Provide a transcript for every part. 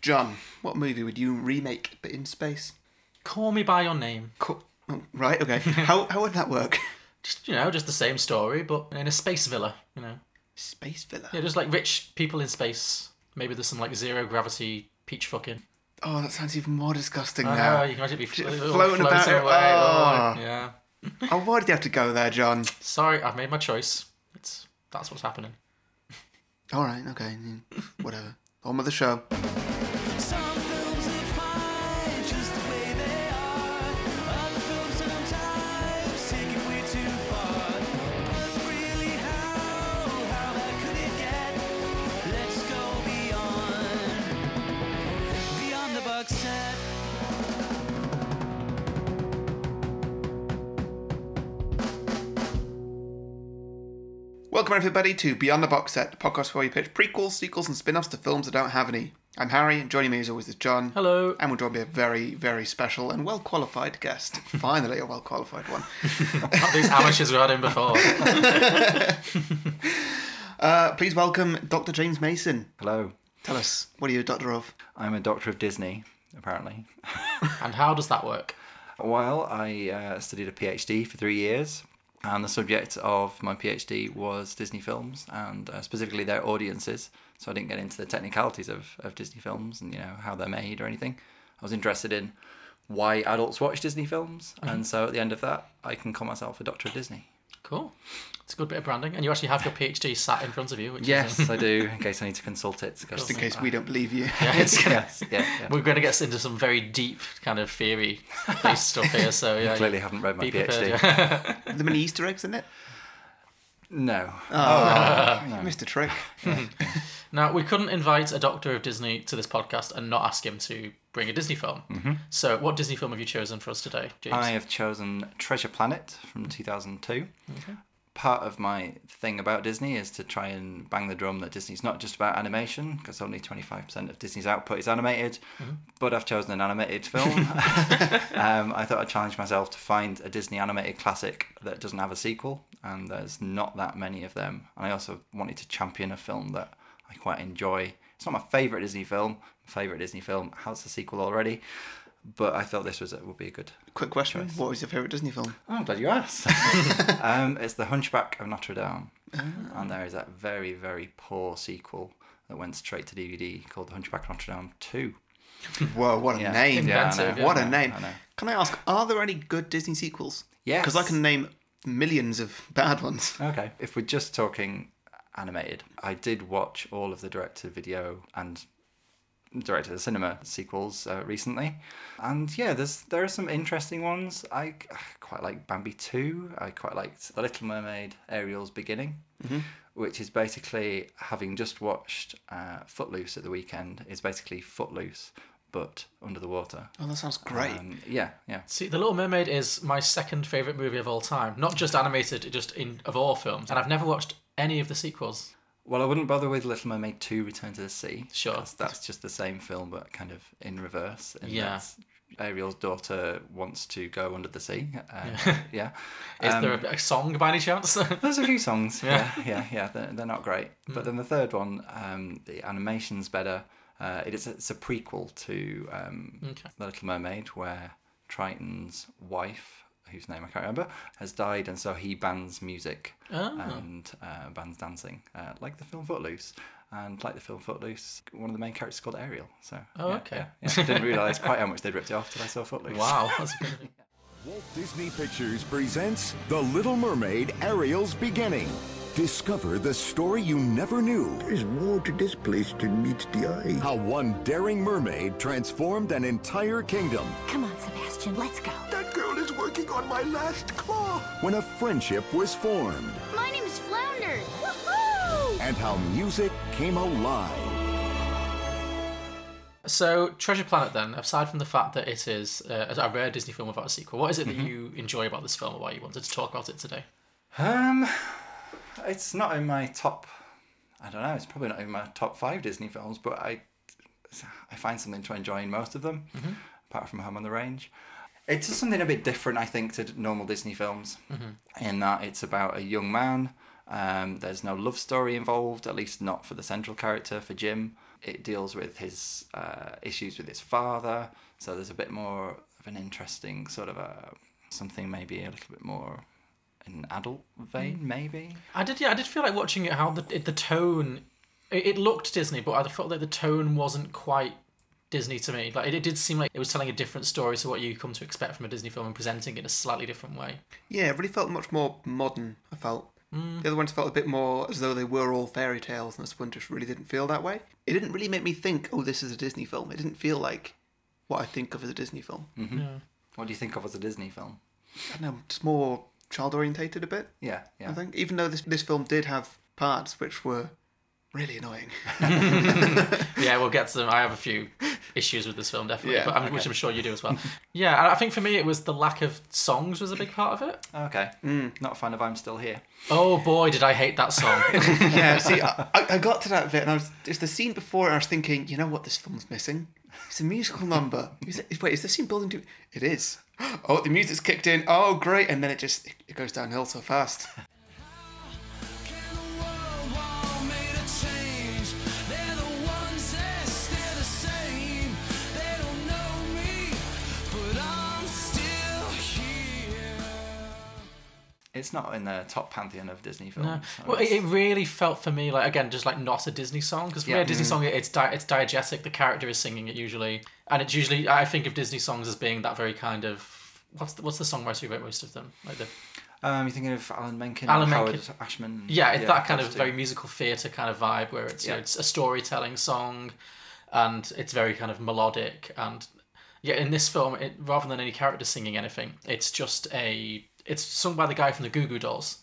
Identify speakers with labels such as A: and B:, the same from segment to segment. A: John, what movie would you remake but in space?
B: Call me by your name.
A: Co- oh, right, okay. how, how would that work?
B: Just you know, just the same story, but in a space villa. You know,
A: Space Villa.
B: yeah, just like rich people in space. Maybe there's some like zero gravity peach fucking.
A: Oh, that sounds even more disgusting
B: I
A: now.
B: know, you can imagine it be flo-
A: Floating
B: floating
A: about
B: away.
A: it.
B: oh,
A: Oh.
B: yeah.
A: oh, why did you have to go there, John?
B: Sorry, I've made my choice. It's that's what's happening.
A: All right, okay, mm, whatever. On with the show.
C: Some films are fine just the way they are. Other films sometimes take it way too far. But really, how how bad could it get? Let's go beyond beyond the box set.
A: Welcome, everybody, to Beyond the Box Set, the podcast where we pitch prequels, sequels, and spin offs to films that don't have any. I'm Harry, and joining me as always is John.
B: Hello.
A: And we're joined by a very, very special and well qualified guest. Finally, a well qualified one.
B: Not these amateurs we had in before.
A: Uh, please welcome Dr. James Mason.
D: Hello.
A: Tell us, what are you a doctor of?
D: I'm a doctor of Disney, apparently.
B: And how does that work?
D: While I uh, studied a PhD for three years, and the subject of my PhD was Disney films and uh, specifically their audiences. So I didn't get into the technicalities of, of Disney films and you know how they're made or anything. I was interested in why adults watch Disney films, and so at the end of that, I can call myself a doctor of Disney.
B: Cool. It's a good bit of branding, and you actually have your PhD sat in front of you. Which Is, um,
D: Yes, I do. In case I need to consult it,
A: Just in case we don't believe you.
B: uh, it's gonna-
D: yes, yeah, yeah.
B: We're going to get into some very deep kind of theory based stuff here, so yeah.
D: Clearly, haven't read my
B: be
D: PhD.
B: prepared, yeah.
A: Are there many Easter eggs in it?
D: No,
A: Oh, You missed a trick.
B: Now, we couldn't invite a doctor of Disney to this podcast and not ask him to bring a Disney film. So, what Disney film have you chosen for us today, James?
D: Mm-hmm. I have chosen Treasure Planet from 2002. Part of my thing about Disney is to try and bang the drum that Disney's not just about animation, because only 25% of Disney's output is animated, but I've chosen an animated film. um, I thought I'd challenge myself to find a Disney animated classic that doesn't have a sequel, and there's not that many of them. And I also wanted to champion a film that I quite enjoy. It's not my favourite Disney film. My favourite Disney film has a sequel already, but I thought this was would be a good
A: Quick question What was your favourite Disney film?
D: Oh, I'm glad you asked. um, it's The Hunchback of Notre Dame.
A: Oh.
D: And there is that very, very poor sequel that went straight to DVD called The Hunchback of Notre Dame 2.
A: Whoa, what a
D: Yeah.
A: name.
B: Yeah,
D: I know,
A: what
D: I
A: a
D: know,
A: name.
D: I know.
A: Can I ask, are there any good Disney sequels?
D: Yes.
A: Because I can name millions of bad ones.
D: Okay. If we're just talking animated, I did watch all of the director video and director to cinema sequels uh, recently, and yeah, there's there are some interesting ones. I, I quite like Bambi two. I quite liked The Little Mermaid, Ariel's Beginning, which is basically having just watched uh, Footloose at the weekend. Is basically Footloose but under the water.
A: Oh, that sounds great.
D: Um, yeah, yeah.
B: See, The Little Mermaid is my second favourite movie of all time. Not just animated, just in of all films. And I've never watched any of the sequels.
D: Well, I wouldn't bother with Little Mermaid 2 Return to the Sea.
B: Sure.
D: Because that's just the same film, but kind of in reverse. In
B: Yeah.
D: that Ariel's daughter wants to go under the sea. Uh, yeah.
B: Is
D: Um,
B: there a, a song by any chance?
D: There's a few songs. yeah, yeah, yeah. They're, they're not great.
B: Mm.
D: But then the third one, um, the animation's better. Uh, it is, it's a prequel to um,
B: Okay.
D: The Little Mermaid, where Triton's wife, whose name I can't remember, has died, and so he bans music
B: Oh.
D: and uh, bans dancing, uh, like the film Footloose. And like the film Footloose, one of the main characters is called Ariel. So
B: Oh,
D: yeah,
B: okay.
D: yeah, yeah. I didn't realise quite how much they'd ripped it off till I saw Footloose.
B: wow. That's a good
E: Walt Disney Pictures presents The Little Mermaid Ariel's Beginning. Discover the story you never knew.
F: There is more to this place than meets the eye.
E: How one daring mermaid transformed an entire kingdom
G: Come on, Sebastian, let's go.
F: That girl is working on my last claw.
E: when a friendship was formed
G: My name's Flounder. Woohoo!
E: and how music came alive.
B: So, Treasure Planet, then, aside from the fact that it is uh, a rare Disney film without a sequel, what is it
D: Mm-hmm.
B: that you enjoy about this film or why you wanted to talk about it today?
D: Um, it's not in my top. I don't know. It's probably not in my top five Disney films, but I, I find something to enjoy in most of them, apart from Home on the Range. It's just something a bit different, I think, to normal Disney films, in that it's about a young man. Um, there's no love story involved, at least not for the central character, for Jim. it deals with his uh, issues with his father. So there's a bit more of an interesting sort of a something maybe a little bit more an adult vein maybe.
B: I did, yeah, I did feel like watching it. How the it, the tone, it, it looked Disney, but I felt that the tone wasn't quite Disney to me. Like it, it did seem like it was telling a different story to what you come to expect from a Disney film and presenting it in a slightly different way.
A: Yeah, it really felt much more modern, I felt.
D: Mm.
A: The other ones felt a bit more as though they were all fairy tales, and this one just really didn't feel that way. It didn't really make me think, oh, this is a Disney film. It didn't feel like what I think of as a Disney film.
D: Mm. What do you think of as a Disney film?
A: I don't know, it's more child orientated a bit,
D: Yeah, yeah.
A: I think. Even though this, this film did have parts which were really annoying.
B: Yeah, we'll get to them. I have a few issues with this film, definitely,
A: Yeah,
B: but I'm, which I'm sure you do as well. yeah, and I think for me it was the lack of songs was a big part of it.
D: Okay.
A: Mm.
D: Not a fan of I'm Still Here.
B: Oh boy, did I hate that song.
A: yeah, see, I, I I got to that bit, and I was, it's the scene before, and I was thinking, you know what, this film's missing? It's a musical number. Is it, wait, is this scene building to? It is. Oh, the music's kicked in. Oh, great! And then it just it goes downhill so fast.
C: Can the world war made a change? They're the ones that still the same. They don't know me, but I'm still here.
D: It's not in the top pantheon of Disney films.
B: No.
D: so
B: Well, it,
D: it's-
B: it really felt for me like again just like not a Disney song because for me
D: Yeah. Mm.
B: a Disney song it's di- it's diegetic. The character is singing it usually, and it's usually I think of Disney songs as being that very kind of what's the, what's the songwriter who wrote most of them like the
D: Um, you're thinking of Alan Menken,
B: Alan
D: Alan Howard
B: Menken.
D: Ashman.
B: yeah it's that kind
D: those
B: of
D: two.
B: very musical theatre kind of vibe where it's you know,
D: Yeah.
B: it's a storytelling song, and it's very kind of melodic and yeah in this film it, rather than any character singing anything it's just a it's sung by the guy from the Goo Goo Dolls.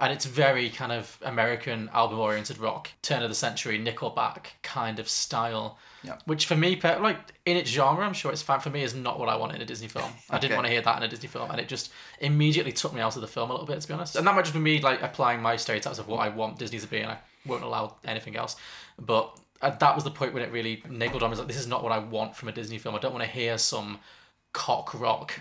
B: and it's very kind of American album oriented rock, turn of the century, Nickelback kind of style.
D: Yeah.
B: Which for me, per- like in its genre, I'm sure it's fine. For me, is not what I want in a Disney film. I didn't
D: Okay.
B: want to hear that in a Disney film, and it just immediately took me out of the film a little bit, to be honest. And that might just be me like applying my stereotypes of what I want Disney to be, and I won't allow anything else. But uh, that was the point when it really niggled on. I was like, this is not what I want from a Disney film. I don't want to hear some cock rock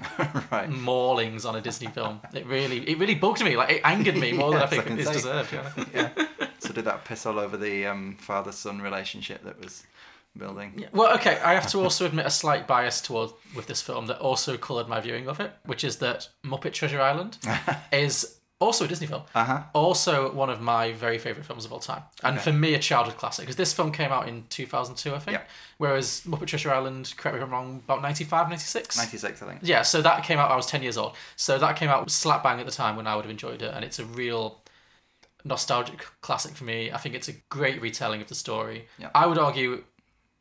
D: right.
B: maulings on a Disney film. It really, it really bugged me. Like it angered me more
D: Yes,
B: than I
D: I
B: think
D: can
B: it's
D: see.
B: deserved. Yeah.
D: So did that piss all over the um, father-son relationship that was building?
B: Well, okay, I have to also admit a slight bias toward with this film that also coloured my viewing of it, which is that Muppet Treasure Island is also a Disney film, uh-huh. also one of my very favourite films of all time, and for me a childhood classic because this film came out in two thousand two, I think,
D: Yeah.
B: whereas Muppet Treasure Island, correct me if I'm wrong, about 95, 96?
D: Ninety-six, I think.
B: Yeah, so that came out. I was ten years old, so that came out slap bang at the time when I would have enjoyed it, and it's a real nostalgic classic for me. I think it's a great retelling of the story.
D: Yeah.
B: I would argue,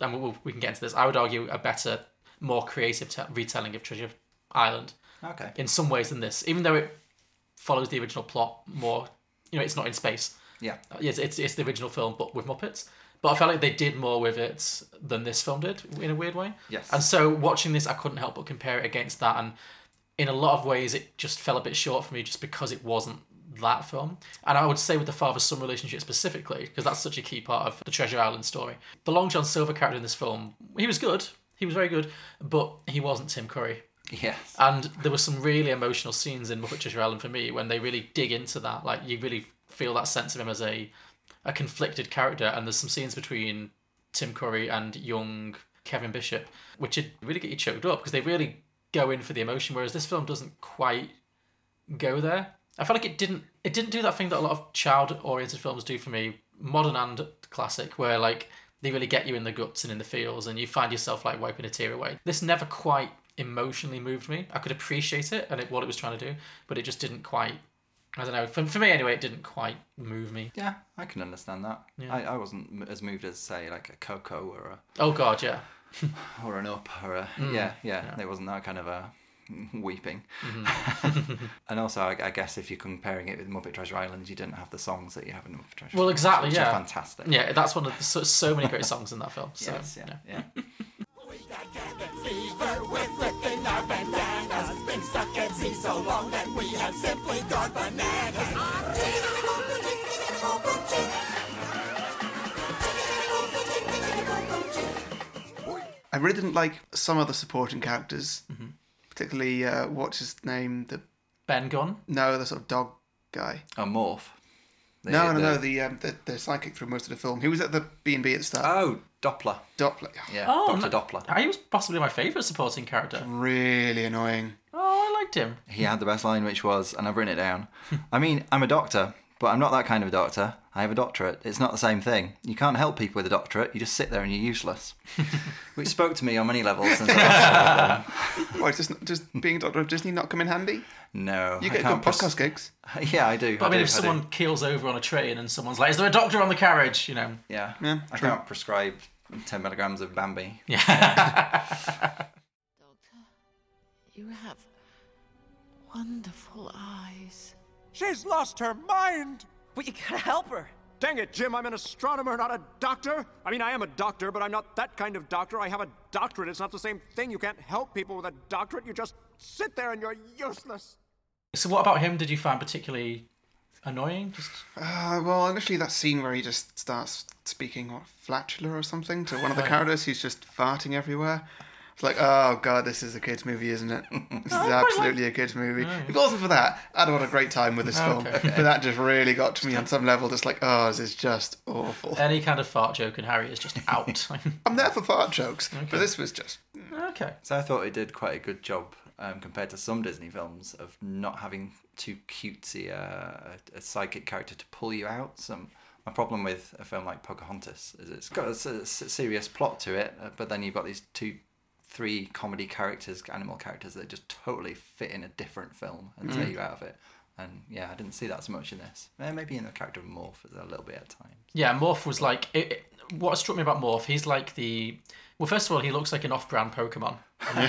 B: and we'll, we can get into this. I would argue a better, more creative te- retelling of Treasure Island
D: Okay.
B: in some ways than this, even though it follows the original plot more. You know, it's not in space.
D: Yeah.
B: Yes, it's it's the original film, but with Muppets. But I felt like they did more with it than this film did in a weird way.
D: Yes.
B: And so watching this, I couldn't help but compare it against that, and in a lot of ways, it just fell a bit short for me, just because it wasn't that film. And I would say with the father-son relationship specifically, because that's such a key part of the Treasure Island story. The Long John Silver character in this film, he was good. He was very good, but he wasn't Tim Curry.
D: Yes.
B: And there were some really emotional scenes in Muppet Treasure Island for me when they really dig into that. Like you really feel that sense of him as a a conflicted character. And there's some scenes between Tim Curry and young Kevin Bishop, which would really get you choked up because they really go in for the emotion. Whereas this film doesn't quite go there. I felt like it didn't it didn't do that thing that a lot of child oriented films do for me, modern and classic, where like they really get you in the guts and in the feels and you find yourself like wiping a tear away. This never quite emotionally moved me. I could appreciate it and it, what it was trying to do, but it just didn't quite I don't know. For, for me anyway, it didn't quite move me.
D: Yeah, I can understand that. I, I wasn't m- as moved as say like a Coco or a
B: Oh god, yeah.
D: or an up or a
B: Mm.
D: yeah, yeah There wasn't that kind of a weeping.
B: Mm-hmm.
D: and also, I, I guess if you're comparing it with Muppet Treasure Island, you didn't have the songs that you have in Muppet Treasure.
B: Well,
D: Island,
B: exactly,
D: which
B: yeah.
D: Are fantastic.
B: Yeah, that's one of the, so, so many great songs in that film. So,
D: Yes.
B: yeah.
D: Yeah. Yeah.
A: I really didn't like some of the supporting characters, particularly uh, what's his name, the
B: Ben Gunn.
A: no, the sort of dog guy.
D: A morph. The-
A: No, no,
D: the-
A: no, the um, the, the psychic through most of the film. He was at the B and B at the start.
D: Oh, Doppler.
A: Doppler.
D: Yeah,
B: Oh,
D: Dr.
B: no-
D: Doppler.
B: He was possibly my favourite supporting character.
A: Mm. Really annoying.
B: Oh, I liked him.
D: He had the best line, which was, and I've written it down. I mean, I'm a doctor, but I'm not that kind of a doctor. I have a doctorate. It's not the same thing. You can't help people with a doctorate. You just sit there and you're useless. which spoke to me on many levels. Since I
A: Why does not does being a doctor of Disney not come in handy?
D: no,
A: You get
D: I
A: good
D: can't pers-
A: podcast gigs.
D: Yeah, I do.
B: But I mean,
D: do,
B: if
D: do.
B: someone keels over on a train and someone's like, "Is there a doctor on the carriage?" You know.
D: yeah,
A: Yeah,
D: I
A: true.
D: can't prescribe ten milligrams of Bambi.
H: Doctor, you have wonderful eyes.
I: She's lost her mind!
H: But you gotta help her.
I: Dang it, Jim, I'm an astronomer, not a doctor. I mean, I am a doctor, but I'm not that kind of doctor. I have a doctorate. It's not the same thing. You can't help people with a doctorate. You just sit there and you're useless.
B: So, what about him did you find particularly annoying? Just
A: Uh, well, initially that scene where he just starts speaking what flatula or something to one of the characters who's just farting everywhere. It's like, oh god, this is a kids' movie, isn't it? This is absolutely a kids' movie. If it wasn't for that, I'd have had a great time with this film. But that just really got to me on some level. Just like, oh, this is just awful.
B: any kind of fart joke and Harry is just out.
A: I'm there for fart jokes, but this was just
B: okay.
D: So I thought it did quite a good job um, compared to some Disney films of not having too cutesy uh, a, a psychic character to pull you out. Some my problem with a film like Pocahontas is it's got a, s- s- serious plot to it, uh, but then you've got these two, three comedy characters, animal characters that just totally fit in a different film and tear you out of it. And yeah, I didn't see that so much in this. Eh, Maybe in the character of Morph a little bit at times.
B: Yeah, Morph was like it, it- what struck me about Morph. He's like the well, first of all, he looks like an off-brand Pokemon.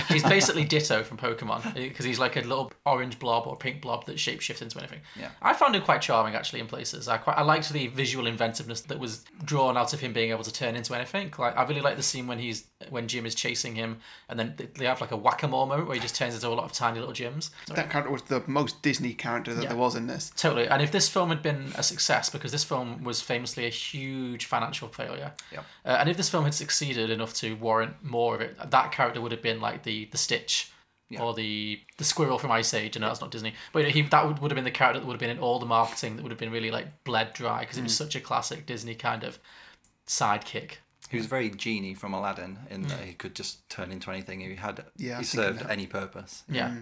B: he's basically Ditto from Pokemon because he's like a little orange blob or pink blob that shapeshifts into anything.
D: Yeah.
B: I found him quite charming actually in places. I quite I liked the visual inventiveness that was drawn out of him being able to turn into anything. Like I really like the scene when he's when Jim is chasing him, and then they- they have like a whack-a-mole moment where he just turns into a lot of tiny little Jims.
A: that character was the most Disney character that there was in this.
B: Totally. And if this film had been a success, because this film was famously a huge financial failure,
D: Yep.
B: uh, and if this film had succeeded enough to warrant more of it, that character would have been like the the Stitch. Or the the squirrel from Ice Age, and that's not Disney. But you know, he that would, would have been the character that would have been in all the marketing that would have been really like bled dry because it was such a classic Disney kind of sidekick.
D: He was very genie from Aladdin in that he could just turn into anything. He had
A: Yeah, I
D: he
A: was thinking
D: served any purpose.
B: Yeah.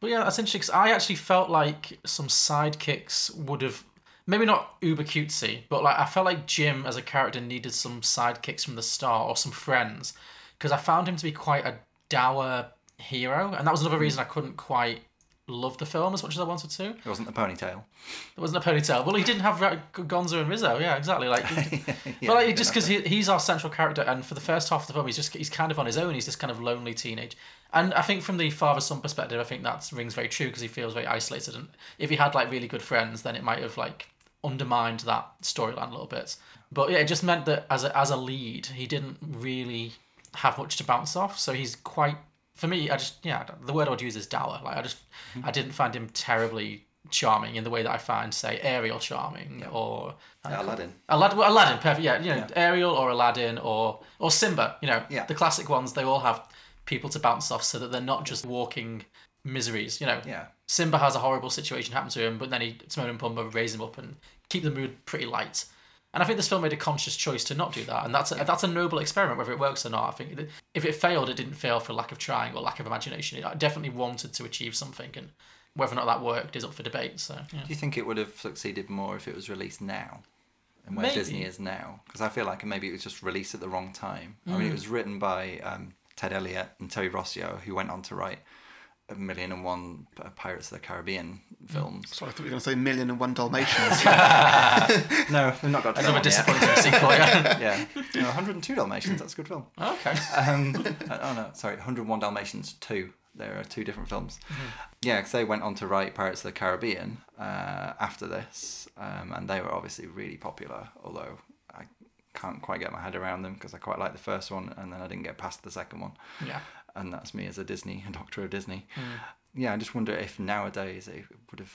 B: But yeah, that's interesting 'cause I actually felt like some sidekicks would have maybe not uber cutesy, but like I felt like Jim as a character needed some sidekicks from the start or some friends because I found him to be quite a dour hero, and that was another reason I couldn't quite love the film as much as I wanted to.
D: It wasn't the ponytail.
B: There wasn't a ponytail. Well, he didn't have Ra- Gonzo and Rizzo. Yeah, exactly. Like, but like, just because he, he's our central character, and for the first half of the film, he's just he's kind of on his own. He's this kind of lonely teenage. And I think from the father son perspective, I think that rings very true because he feels very isolated. And if he had like really good friends, then it might have like undermined that storyline a little bit. But yeah, it just meant that as a, as a lead, he didn't really have much to bounce off. So he's quite for me, I just yeah, the word I would use is dour. Like I just I didn't find him terribly charming in the way that I find say Ariel charming or
D: Aladdin.
B: Alad- well, Aladdin, perfect. Yeah, you know Ariel or Aladdin or or Simba. You know
D: Yeah.
B: the classic ones. They all have people to bounce off so that they're not just walking miseries. You know.
D: Yeah.
B: Simba has a horrible situation happen to him, but then he Timon and Pumbaa raise him up and keep the mood pretty light. And I think this film made a conscious choice to not do that, and that's a, that's a noble experiment, whether it works or not. I think that if it failed, it didn't fail for lack of trying or lack of imagination. It definitely wanted to achieve something, and whether or not that worked is up for debate. So yeah.
D: Do you think it would have succeeded more if it was released now, and where
B: Maybe.
D: Disney is now? Because I feel like maybe it was just released at the wrong time. I mean, it was written by um, Ted Elliott and Terry Rossio, who went on to write a million and one uh, Pirates of the Caribbean films.
A: So I thought you were going to say Million and One Dalmatians.
D: no, we've not got to
B: another
D: that one yet.
B: disappointing sequel. Yeah.
D: Yeah, no, 102 Dalmatians. That's a good film.
B: okay.
D: um, oh no, sorry, 101 Dalmatians 2. There are two different films. Yeah, because they went on to write Pirates of the Caribbean uh, after this, um, and they were obviously really popular, although I can't quite get my head around them because I quite liked the first one and then I didn't get past the second one.
B: Yeah.
D: And that's me as a Disney, a doctor of Disney. Yeah, I just wonder if nowadays it would have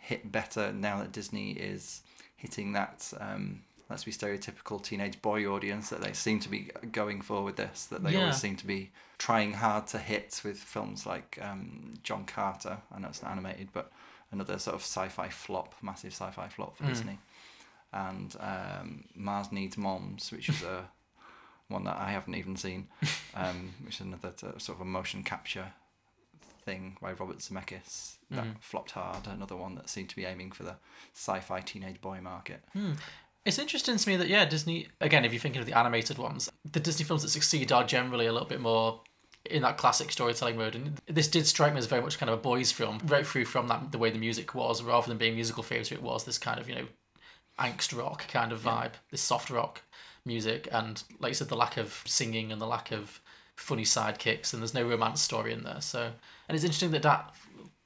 D: hit better now that Disney is hitting that, um, let's be stereotypical teenage boy audience that they seem to be going for with this, that they
B: Yeah.
D: always seem to be trying hard to hit with films like um, John Carter. I know it's not animated, but another sort of sci fi flop, massive sci fi flop for Disney. And um, Mars Needs Moms, which is a one that I haven't even seen, um, which is another t- sort of a motion capture thing by Robert Zemeckis that flopped hard. Another one that seemed to be aiming for the sci-fi teenage boy market.
B: It's interesting to me that yeah, Disney again, if you're thinking of the animated ones, the Disney films that succeed are generally a little bit more in that classic storytelling mode. And this did strike me as very much kind of a boys' film, right through from that the way the music was, rather than being musical theatre, it was this kind of you know angst rock kind of vibe, this soft rock music, and like you said, the lack of singing and the lack of funny sidekicks, and there's no romance story in there. So, and it's interesting that that,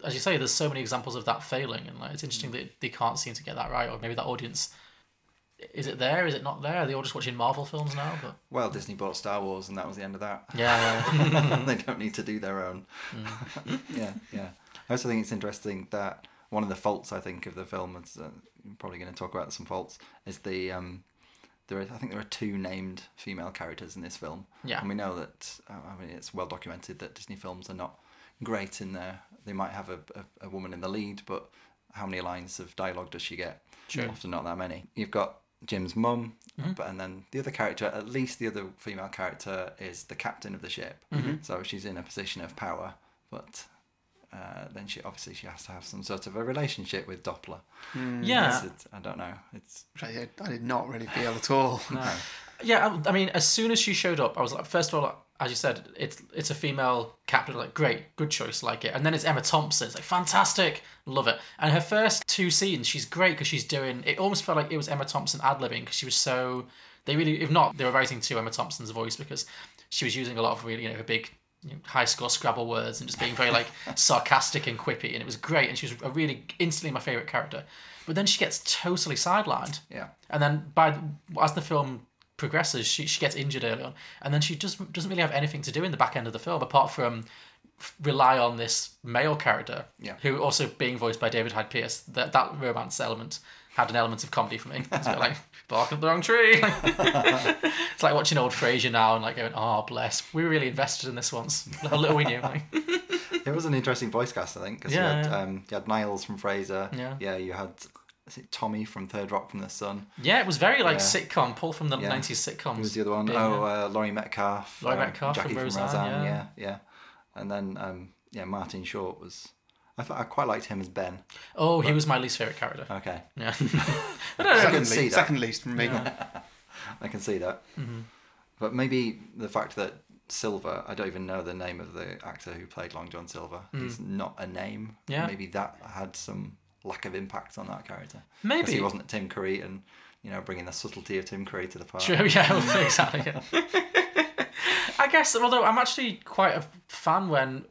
B: as you say, there's so many examples of that failing, and like it's interesting that they can't seem to get that right, or maybe that audience. Is it there? Is it not there? Are they all just watching Marvel films now? But
D: Well, Disney bought Star Wars, and that was the end of that.
B: yeah, yeah.
D: they don't need to do their own. yeah, yeah. I also think it's interesting that one of the faults I think of the film is uh, I'm probably going to talk about some faults is the um, there are, I think there are two named female characters in this film.
B: Yeah.
D: and we know that uh, I mean it's well documented that Disney films are not great in there. They might have a, a, a woman in the lead, but how many lines of dialogue does she get?
B: Sure.
D: Often not that many. You've got Jim's mum, but and then the other character, at least the other female character, is the captain of the ship. So she's in a position of power, but uh, then she obviously she has to have some sort of a relationship with Doppler.
B: yeah.
D: It's- I don't know. It's
A: I, I did not really feel at all.
B: Yeah, I, I mean, as soon as she showed up, I was like, first of all, as you said, it's it's a female captain, like great, good choice, like it. And then it's Emma Thompson, it's like fantastic, love it. And her first two scenes, she's great because she's doing. It almost felt like it was Emma Thompson ad libbing because she was so. They really, if not, they were writing to Emma Thompson's voice because she was using a lot of really, you know, her big you know, high score Scrabble words and just being very like sarcastic and quippy, and it was great. And she was a really instantly my favorite character. But then she gets totally sidelined.
D: yeah,
B: And then by as the film progresses, she, she gets injured early on, and then she just doesn't really have anything to do in the back end of the film apart from f- rely on this male character,
D: Yeah.
B: who also being voiced by David Hyde Pierce. That that romance element had an element of comedy for me. It's a bit like barking up the wrong tree. it's like watching old Frasier now and like going, "Oh, bless, we were really invested in this once. How little we knew." Like,
D: it was an interesting voice cast, I think, because
B: Yeah,
D: you had
B: yeah.
D: um, you had Niles from Fraser.
B: Yeah.
D: yeah, you had is it Tommy from Third Rock from the Sun.
B: yeah, it was very like
D: Yeah.
B: sitcom, pulled from the
D: Yeah.
B: '90s sitcoms.
D: Who was the other one?
B: Being,
D: oh, uh, Laurie Metcalf.
B: Laurie
D: um,
B: Metcalf from
D: Jackie
B: Roseanne,
D: yeah.
B: yeah.
D: yeah, And then um, yeah, Martin Short was. I thought I quite liked him as Ben.
B: oh, he was my least favorite character.
D: Okay,
B: Yeah.
D: I can
A: Second,
D: see
A: least,
D: that.
A: second least from me.
D: I can see that.
B: Mm-hmm.
D: But maybe the fact that Silver, I don't even know the name of the actor who played Long John Silver. He's not a name.
B: Mm. Yeah.
D: Maybe that had some lack of impact on that character. 'Cause
B: Maybe.
D: he wasn't Tim Curry, and you know, bringing the subtlety of Tim Curry to the part.
B: True, yeah, well, exactly. yeah. I guess, although I'm actually quite a fan when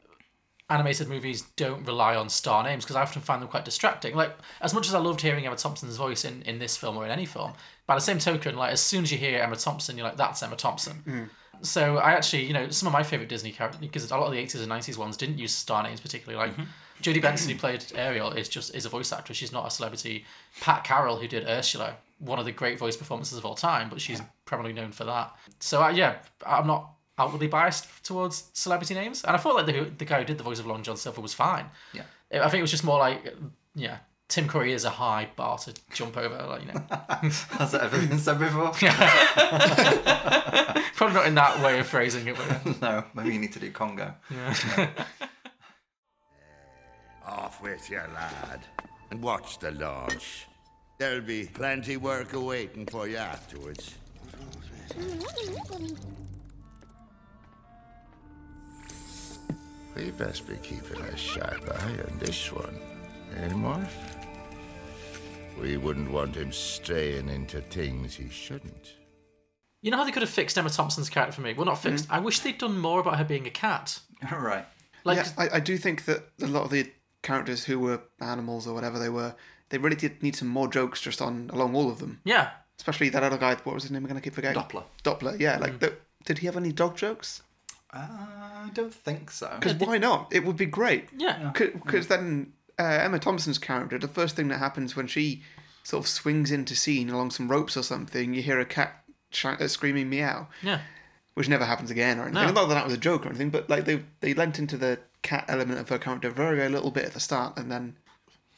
B: animated movies don't rely on star names because I often find them quite distracting. Like, as much as I loved hearing Emma Thompson's voice in, in this film or in any film, by the same token, like as soon as you hear Emma Thompson, you're like, that's Emma Thompson. So I actually, you know, some of my favorite Disney characters because a lot of the 80s and 90s ones didn't use star names particularly. Like Jodie Benson, who played Ariel, is just is a voice actress. She's not a celebrity. Pat Carroll, who did Ursula, one of the great voice performances of all time, but she's probably known for that. So I, yeah, I'm not outwardly biased towards celebrity names, and I thought like the the guy who did the voice of Long John Silver was fine.
D: Yeah.
B: I think it was just more like, yeah, Tim Curry is a high bar to jump over, like you know.
D: Has that ever been said before?
B: Probably not in that way of phrasing it, but yeah.
D: no. Maybe you need to do Congo.
J: Off with you, lad, and watch the launch. There'll be plenty work awaiting for you afterwards. We best be keeping a sharp eye on this one, eh, Morph? We wouldn't want him straying into things he shouldn't.
B: You know how they could have fixed Emma Thompson's character for me? Well, not
A: Mm.
B: fixed. I wish they'd done more about her being a cat.
D: right.
B: Like,
A: yeah, I, I do think that a lot of the characters who were animals or whatever they were, they really did need some more jokes just on along all of them.
B: yeah.
A: Especially that other guy. What was his name? I'm gonna keep forgetting.
D: Doppler.
A: Doppler. Yeah. Like, the, did he have any dog jokes?
D: Uh, I don't think so.
A: Because why not? It would be great.
B: Yeah.
A: Because then uh, Emma Thompson's character, the first thing that happens when she sort of swings into scene along some ropes or something, you hear a cat sh- uh, screaming meow,
B: Yeah.
A: which never happens again or anything.
B: No.
A: Not that that was a joke or anything, but like they they lent into the cat element of her character very very little bit at the start, and then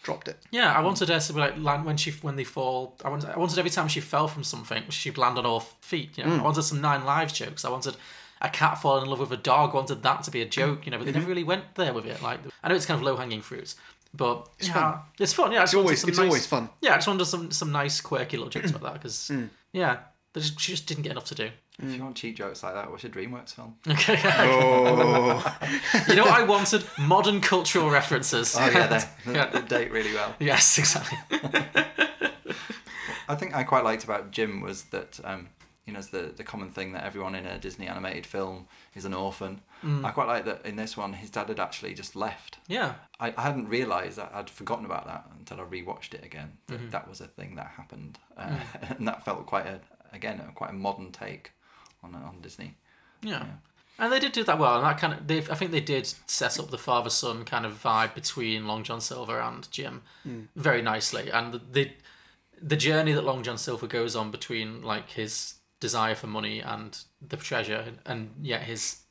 A: dropped it.
B: Yeah, I wanted her to be like land when she when they fall. I wanted, I wanted every time she fell from something, she'd land on all feet.
A: Mm.
B: You know, I wanted some nine lives jokes. I wanted a cat falling in love with a dog. I wanted that to be a
A: Mm.
B: joke. You know, but
A: Mm-hmm.
B: they never really went there with it. Like I know it's kind of low hanging fruit, but it's
A: fun.
B: It's fun. Yeah, I just
A: It's
B: wanted
A: always-
B: some
A: it's
B: nice-
A: always fun. Mm.
B: Yeah, I just wanted some some nice quirky little jokes about that because yeah, they just, she just didn't get enough to do.
D: If you want cheap jokes like that, what's a DreamWorks film?
B: Okay.
D: Oh.
B: you know, what I wanted modern cultural references.
D: Oh yeah, they, they,
B: Yeah.
D: they date really well.
B: Yes, exactly.
D: I think I quite liked about Jim was that um, you know it's the the common thing that everyone in a Disney animated film is an orphan. I quite like that in this one his dad had actually just left.
B: Mm. Yeah.
D: I, I hadn't realised that I'd forgotten about that until I rewatched it again. That,
B: Mm-hmm.
D: that was a thing that happened, uh,
B: Mm.
D: and that felt quite a again a- quite a modern take on on Disney.
B: Yeah. And they did do that well, and that kind of they I think they did set up the father son kind of vibe between Long John Silver and Jim very nicely, and the, the the journey that Long John Silver goes on between like his desire for money and the treasure, and yet his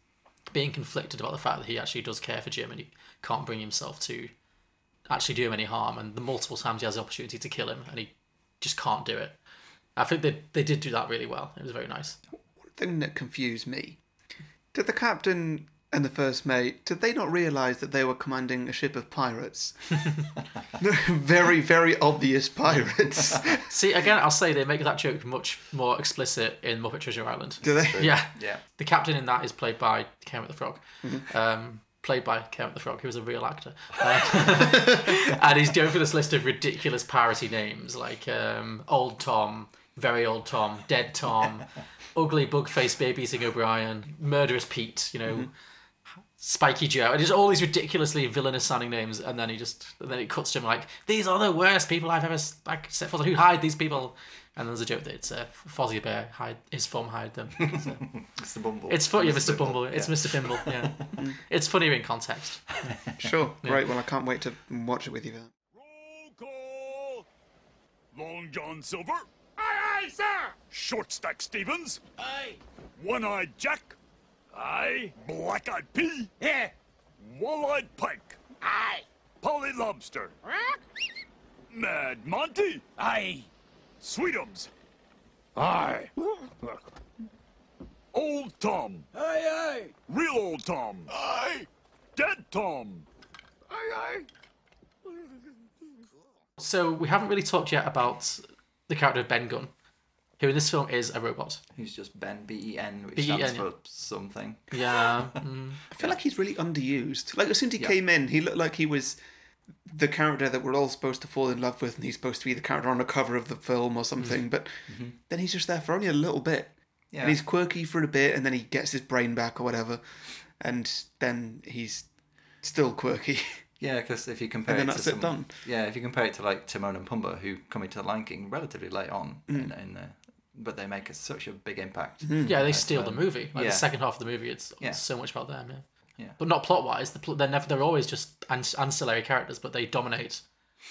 B: being conflicted about the fact that he actually does care for Jim and he can't bring himself to actually do him any harm, and the multiple times he has the opportunity to kill him and he just can't do it. I think they they did do that really well. It was very nice.
A: thing that confused me. Did the captain and the first mate did they not realise that they were commanding a ship of pirates? very, very obvious pirates.
B: See, again, I'll say they make that joke much more explicit in Muppet Treasure Island.
A: Do they?
B: Yeah.
D: Yeah.
B: The captain in that is played by Kermit the Frog. Um, played by Kermit the Frog, who was a real actor. Um, and he's going through this list of ridiculous parody names like um, Old Tom, Very Old Tom, Dead Tom, Ugly Bug Face Baby Eating O'Brien, Murderous Pete, you know. Spiky Joe, and just all these ridiculously villainous sounding names, and then he just, and then it cuts to him like, these are the worst people I've ever s- like set foot on. Who hide these people? And there's a joke that it's uh, Fozzie Bear hide his form hide them. So-
D: It's the Bumble.
B: it's funny, yeah, Mr. Bumble. It's Mr. Bimble. Yeah, it's funnier in context.
A: Sure. Right. Well, I can't wait to watch it with you. Then.
K: Roll call. Long John Silver. Aye, aye, sir. Short Stack Stevens. Aye. One Eyed Jack. Aye. Black Eyed Pea. Yeah. Wall Eyed Pike. Aye. Polly Lobster. Mad Monty. Aye. Sweetums. Aye. old Tom. Aye, aye. Real old Tom. Aye. Dead Tom. Aye, aye.
B: So we haven't really talked yet about the character of Ben Gunn, who in this film is a robot.
D: Who's just Ben B E N, which
B: B.E.N.,
D: stands
B: yeah.
D: for something.
B: Yeah, mm,
A: I feel like he's really underused. Like as soon as he came in, he looked like he was the character that we're all supposed to fall in love with, and he's supposed to be the character on the cover of the film
B: Mm-hmm.
A: or something. But then he's just there for only a little bit,
D: Yeah.
A: and he's quirky for a bit, and then he gets his brain back or whatever, and then he's still quirky.
D: Yeah, because if you compare
A: then
D: it
A: that's
D: to
A: it
D: some,
A: done.
D: yeah, if you compare it to like Timon and Pumbaa, who come into the Lion King relatively late on, in,
A: Mm.
D: in the, but they make a, such a big impact.
B: yeah. They steal the movie. Like
D: Yeah.
B: the second half of the movie, it's
D: Yeah.
B: so much about them. Yeah,
D: Yeah.
B: but not plot wise. The pl- they're never. They're always just an- ancillary characters, but they dominate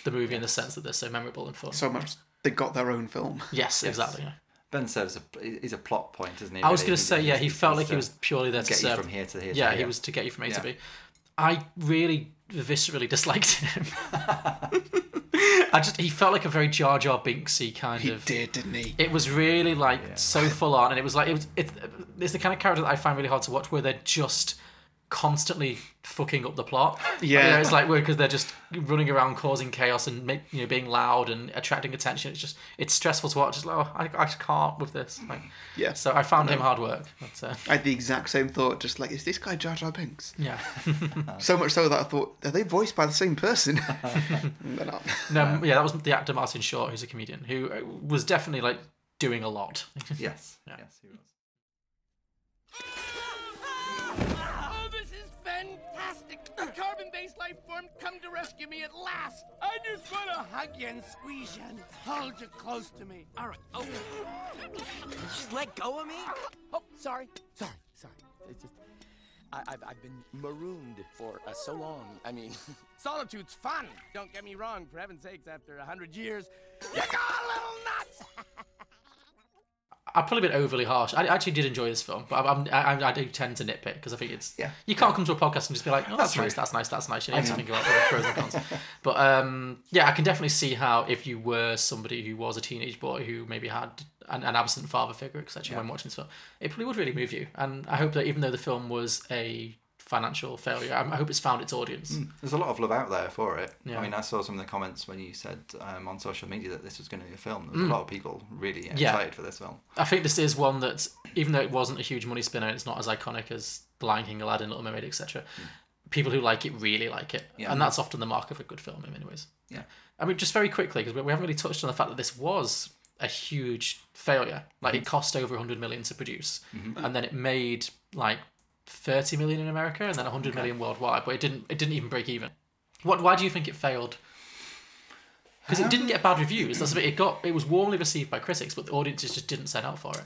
B: the movie in the sense that they're so memorable and fun.
A: So much they got their own film.
B: yes, exactly. yeah.
D: Ben serves a he's a plot point, isn't he?
B: I was
D: really?
B: going to
D: He-
B: say, yeah, he felt like
D: to
B: he was purely there to
D: get you
B: serve-
D: from here to here. to
B: Yeah, he
D: here.
B: was to get you from A to
D: Yeah.
B: B. I really viscerally disliked him. I just he felt like a very Jar Jar Binksy kind
A: He
B: of.
A: did, didn't he?
B: It was really like so full on, and it was like it was. It, it's the kind of character that I find really hard to watch, where they're just constantly fucking up the plot.
A: Yeah.
B: You know, it's like because they're just running around causing chaos and make, you know being loud and attracting attention. It's just it's stressful to watch. It's like oh, I, I just can't with this. Like,
A: Yeah.
B: So I found him hard work. But, uh,
A: I had the exact same thought, just like, is this guy Jar Jar Binks?
B: yeah.
A: So much so that I thought, are they voiced by the same person? They're not.
B: No, yeah, that was the actor Martin Short, who's a comedian, who uh, was definitely like doing a lot.
D: Yes,
B: Yeah.
D: yes, he was.
K: Oh, this is fantastic! The carbon-based life form come to rescue me at last. I just want to hug you and squeeze you and hold you close to me.
H: All right. Oh, just let go of me.
K: Oh, sorry, sorry, sorry. It's just I, I've I've been marooned for uh, so long. I mean, solitude's fun. Don't get me wrong. For heaven's sakes, after a hundred years, you go a little nuts.
B: I've probably been overly harsh. I actually did enjoy this film, but I'm, I, I- I do tend to nitpick because I think it's
A: Yeah.
B: you can't come to a podcast and just be like, oh, that's,
A: That's
B: nice,
A: true.
B: that's nice, that's nice. You need to
A: know.
B: think about the pros and cons. But um, yeah, I can definitely see how if you were somebody who was a teenage boy who maybe had an, an absent father figure, etc., when watching this film, it probably would really move you. And I hope that even though the film was a financial failure, I, I hope it's found its
A: Mm.
B: audience.
D: There's a lot of love out there for it.
B: Yeah.
D: I mean, I saw some of the comments when you said um, on social media that this was going to be a film. There was
B: Mm.
D: a lot of people really excited
B: Yeah.
D: for this film.
B: I think this is one that, even though it wasn't a huge money spinner and it's not as iconic as The Lion King, Aladdin, Little Mermaid, etc., people who like it really like it.
D: Yeah.
B: And that's often the mark of a good film in many ways.
D: Yeah.
B: I mean, just very quickly, because we we haven't really touched on the fact that this was a huge failure. Like, it cost over 100 million to produce, and then it made like 30 million in America and then 100 million worldwide, but it didn't, it didn't even break even. What, why do you think it failed? Because it didn't get bad reviews. That's the thing, it got it was warmly received by critics, but the audiences just didn't set out for it.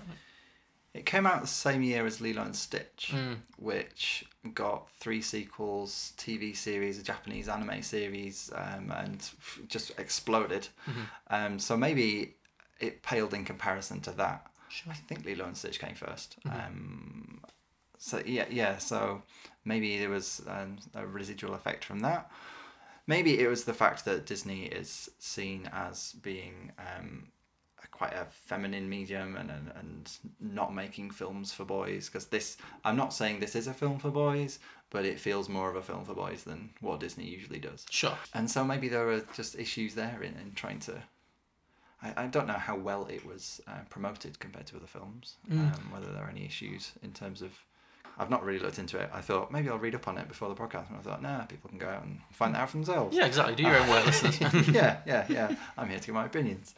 D: It came out the same year as Lilo and Stitch, which got three sequels, TV series, a Japanese anime series, um, and f- just exploded. Um, so maybe it paled in comparison to that. I think Lilo and Stitch came 1st Um, so yeah, yeah. So maybe there was um, a residual effect from that. Maybe it was the fact that Disney is seen as being um, a- quite a feminine medium and and, and not making films for boys. Because this, I'm not saying this is a film for boys, but it feels more of a film for boys than what Disney usually does.
B: Sure.
D: And so maybe there are just issues there in, in trying to. I, I don't know how well it was uh, promoted compared to other films,
B: Mm.
D: um, whether there are any issues in terms of. I've not really looked into it. I thought maybe I'll read up on it before the podcast, and I thought, nah, people can go out and find that out for themselves.
B: Yeah, exactly. Do your own work, listeners.
D: yeah, yeah, yeah. I'm here to give my opinions.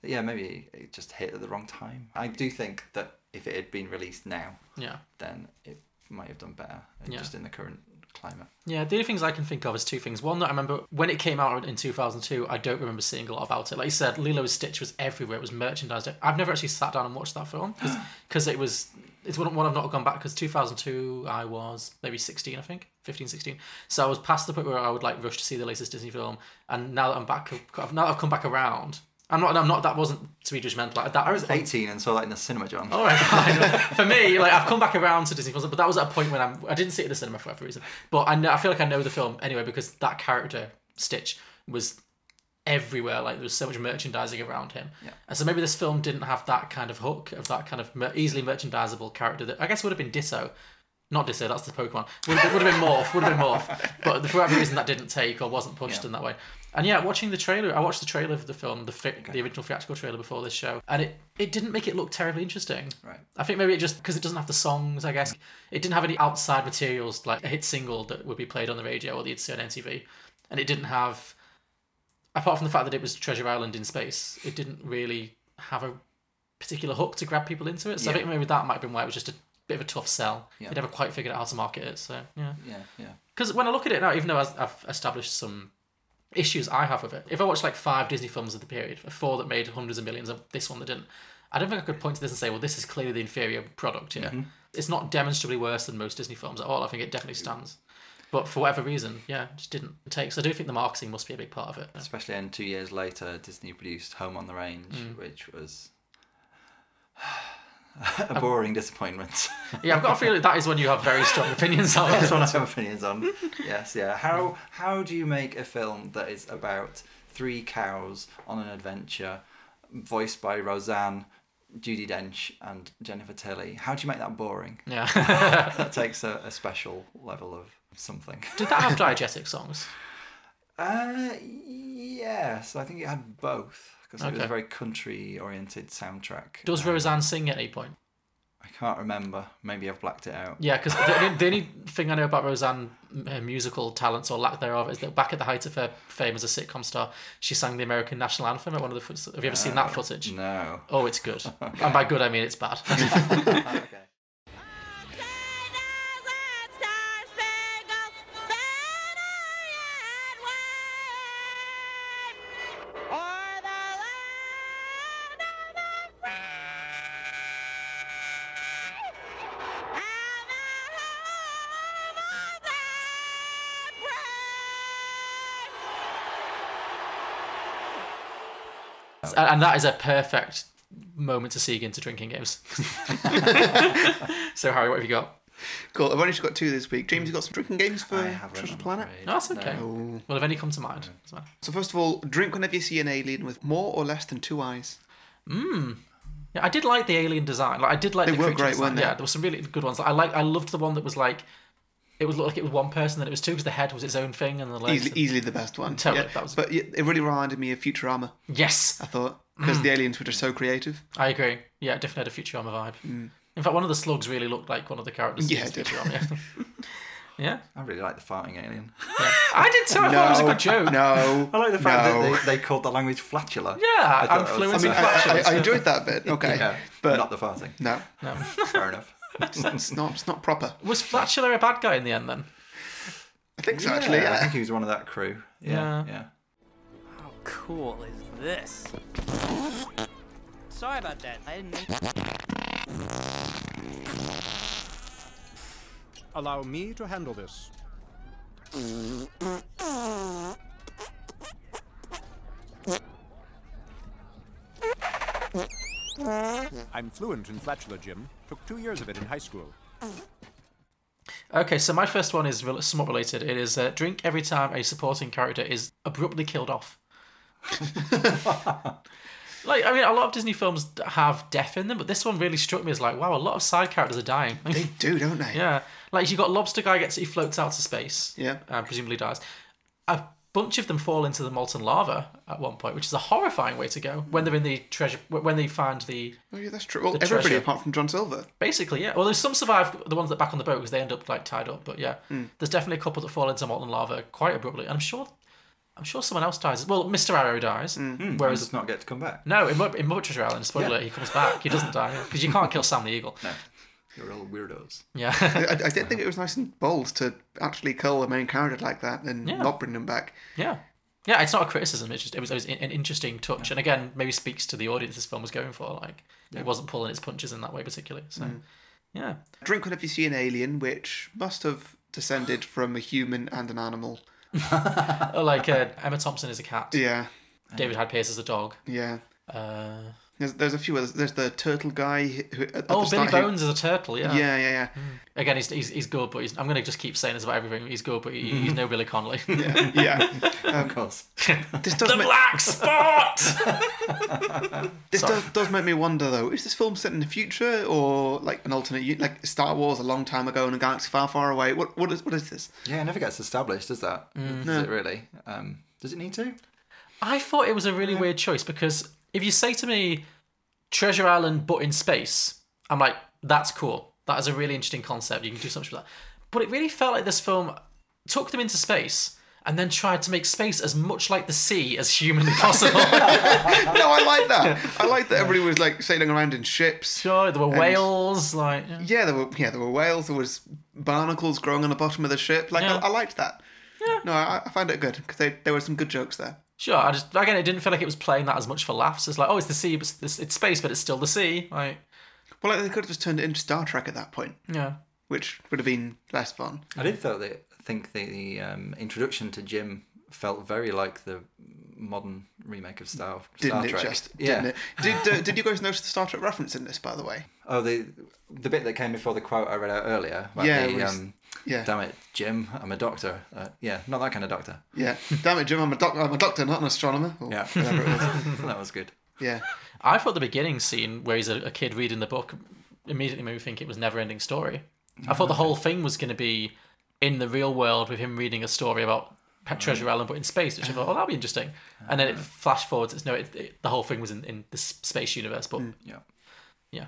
D: But yeah, maybe it just hit at the wrong time. I do think that if it had been released now,
B: Yeah.
D: then it might have done better, uh,
B: Yeah.
D: just in the current climate.
B: Yeah, the only things I can think of is two things. One that I remember when it came out in 2002, I don't remember seeing a lot about it. Like you said, Lilo's Stitch was everywhere. It was merchandised. I've never actually sat down and watched that film because it was it's one, one I've not gone back because 2002 I was maybe 16, I think, 15, 16. So I was past the point where I would like rush to see the latest Disney film. And now that I'm back, now that I've come back around, I'm not. I'm not. That wasn't to be judgmental. Like, that
D: I was 18 and saw that in the cinema, John.
B: All right, fine. for me, like I've come back around to Disney films, but that was at a point when I'm I didn't see it in the cinema for whatever reason. But I know I feel like I know the film anyway because that character Stitch was everywhere. Like there was so much merchandising around him,
D: Yeah.
B: and so maybe this film didn't have that kind of hook of that kind of mer- easily merchandisable character that I guess would have been Ditto. Not Ditto, that's the Pokemon. Would have, been, would have been Morph, would have been Morph. But for whatever reason, that didn't take or wasn't pushed
D: Yeah.
B: in that way. And yeah, watching the trailer, I watched the trailer for the film, the fi- the original theatrical trailer before this show, and it, it didn't make it look terribly interesting.
D: Right.
B: I think maybe it just because it doesn't have the songs. I guess it didn't have any outside materials like a hit single that would be played on the radio or that you'd see on MTV, and it didn't have, apart from the fact that it was Treasure Island in space, it didn't really have a particular hook to grab people into it. So I
D: Yeah.
B: think maybe that might have been why it was just a bit of a tough sell.
D: Yeah.
B: They never quite figured out how to market it. So yeah.
D: Yeah, yeah.
B: Because when I look at it now, even though I've I've established some issues I have with it, if I watch like five Disney films of the period, four that made hundreds of millions, of this one that didn't, I don't think I could point to this and say, well, this is clearly the inferior product here. It's not demonstrably worse than most Disney films at all. I think it definitely stands. But for whatever reason, yeah, it just didn't take. So I do think the marketing must be a big part of it.
D: Especially and two years later, Disney produced Home on the Range, which was a boring disappointment.
B: Yeah, I've got a feeling that is when you have very strong opinions on
D: That's
B: it.
D: what I have opinions on. Yes, yeah. How how do you make a film that is about three cows on an adventure, voiced by Roseanne, Judy Dench, and Jennifer Tilly? How do you make that boring?
B: Yeah.
D: That takes a, a special level of something.
B: Did that have diegetic songs?
D: Uh, yes, I think it had both because it was
B: Okay.
D: a very country-oriented soundtrack.
B: Does
D: Um,
B: Roseanne sing at any point?
D: I can't remember. Maybe I've blacked it out.
B: Yeah, because the, only- the only thing I know about Roseanne, m- her musical talents or lack thereof, is that back at the height of her fame as a sitcom star, she sang the American national anthem at one of the. foots- Have you ever seen that footage?
D: No.
B: Oh, it's good. And by good, I mean it's bad.
D: okay.
B: and, and that is a perfect m- moment to see into drinking games. so Harry, what have you got?
A: Cool. I've only just got two this week. James, you got some drinking games for Treasure Planet?
B: No, that's okay. Well, if any come to mind, Doesn't matter.
A: So first of all, drink whenever you see an alien with more or less than two eyes.
B: Mm. Yeah, I did like the alien design. Like I did like
A: They
B: the
A: were
B: creature
A: great,
B: design.
A: weren't they?
B: Yeah, there were some really good ones. I like. I loved the one that was like, it was looked like it was one person, then it was two because the head was its own thing and the legs.
A: Easily, easily the best one.
B: Totally,
A: Yeah.
B: that was.
A: But yeah, it really reminded me of Futurama.
B: Yes.
A: I thought because
B: Mm.
A: the aliens were just so creative.
B: I agree. Yeah, it definitely had a Futurama vibe.
A: Mm.
B: In fact, one of the slugs really looked like one of the characters.
A: Yeah,
B: in
A: it did.
B: Futurama. Yeah. yeah.
D: I really like the farting alien.
B: I did too. I thought it was a good joke.
A: No,
D: I like the fact
A: no.
D: that they, they called the language flatula.
B: Yeah,
D: I thought
B: I'm
D: that was-
B: fluent
A: I mean, I, I, I enjoyed that bit. Okay,
D: Yeah,
A: but
D: not the farting.
A: no,
B: No.
D: Fair enough.
A: it's not. It's not proper.
B: Was Flatula a bad guy in the end then?
A: I think so. Actually,
D: I
A: yeah.
D: think he was one of that crew. Yeah, yeah.
H: How cool is this? Sorry about that. I didn't mean.
I: Allow me to handle this. I'm fluent in flatula, Jim. Took two years of it in high school.
B: Okay, so my first one is rel- somewhat related. It is uh, drink every time a supporting character is abruptly killed off. like, I mean, a lot of Disney films d- have death in them, but this one really struck me as like, wow, a lot of side characters are dying.
A: They do, don't they?
B: yeah, like you got Lobster Guy gets he floats out to space,
A: Yeah.
B: uh, presumably dies. A bunch of them fall into the molten lava at one point, which is a horrifying way to go when they're in the treasure when they find the
A: Oh, yeah, that's true. Well,
B: The
A: everybody
B: treasure.
A: apart from John Silver.
B: Basically, yeah. Well, there's some survive the ones that are back on the boat because they end up like tied up. But yeah,
A: Hmm.
B: there's definitely a couple that fall into molten lava quite abruptly. And I'm sure, I'm sure someone else dies. Well, Mr. Arrow dies.
A: Hmm.
D: Whereas
B: Whereas
D: does not get to come back.
B: no, in, Mo- in Muppet Treasure Island, spoiler,
D: Yeah.
B: he comes back. He doesn't die because you can't kill Sam the Eagle.
D: You're all weirdos.
B: Yeah,
A: I, I I did think it was nice and bold to actually kill a main character like that and
B: Yeah.
A: not bring them back.
B: yeah, yeah. It's not a criticism. It's just it was, it was an interesting touch, and again, maybe speaks to the audience this film was going for. Like it wasn't pulling its punches in that way particularly. So
A: Hmm.
B: yeah,
A: Drink whenever you see an alien, which must have descended from a human and an animal.
B: Oh, like uh, Emma Thompson is a cat.
A: Yeah,
B: David Hyde Pierce is a dog.
A: yeah.
B: Uh,
A: There's, there's a few others. There's the turtle guy. Who, at the
B: oh, Billy
A: start who-
B: Bones is a turtle.
A: yeah, yeah, yeah.
B: Again, he's, he's, he's good, but he's, I'm going to just keep saying this about everything. He's good, but he, he's no Billy Connolly.
A: Yeah, yeah.
D: of course.
A: This does
B: the
A: make,
B: black spot!
A: this does, does make me wonder though. Is this film set in the future or like an alternate, u- like Star Wars a long time ago in a galaxy far, far away? What what is what is this?
D: Yeah, it never gets established, does that? Does it really? Um, does it need to?
B: I thought it was a really weird choice because if you say to me, Treasure Island but in space, I'm like, that's cool. That is a really interesting concept. You can do something with that. But it really felt like this film took them into space and then tried to make space as much like the sea as humanly possible.
A: No, I like that. I like that everybody was like sailing around in ships.
B: sure, there were whales, like. yeah.
A: Yeah, there were yeah there were whales. There was barnacles growing on the bottom of the ship. Like
B: Yeah.
A: I, I liked that. Yeah. No, I, I found it good because there were some good jokes there.
B: Sure, I just again, it didn't feel like it was playing that as much for laughs. It's like, oh, it's the sea, but it's, this- it's space, but it's still the sea. Like,
A: Well, like, they could have just turned it into Star Trek at that point,
B: yeah,
A: which would have been less fun.
D: I did though. That, think the, the um, introduction to Jim felt very like the modern remake of Star,
A: Didn't
D: Star
A: it
D: Trek.
A: just?
D: yeah.
A: Didn't it? Did uh, did you guys notice the Star Trek reference in this? By the way.
D: Oh, the the bit that came before the quote I read out earlier. About
A: Yeah,
D: The,
A: it was-
D: um,
A: yeah.
D: Damn it, Jim! I'm a doctor. Uh, yeah, not that kind of doctor.
A: Yeah. Damn it, Jim, I'm a doctor, I'm a doctor not an astronomer. Or
D: Yeah.
A: Whatever it was.
D: that was good.
A: Yeah.
B: I thought the beginning scene where he's a, a kid reading the book immediately made me think it was never ending story. I thought the whole thing was going to be in the real world with him reading a story about Pet Treasure Island, but in space, which I thought, oh, that'd be interesting. And then it flashed forwards. It's no, it, it- the whole thing was in, in the s- space universe, but
D: Yeah.
B: yeah,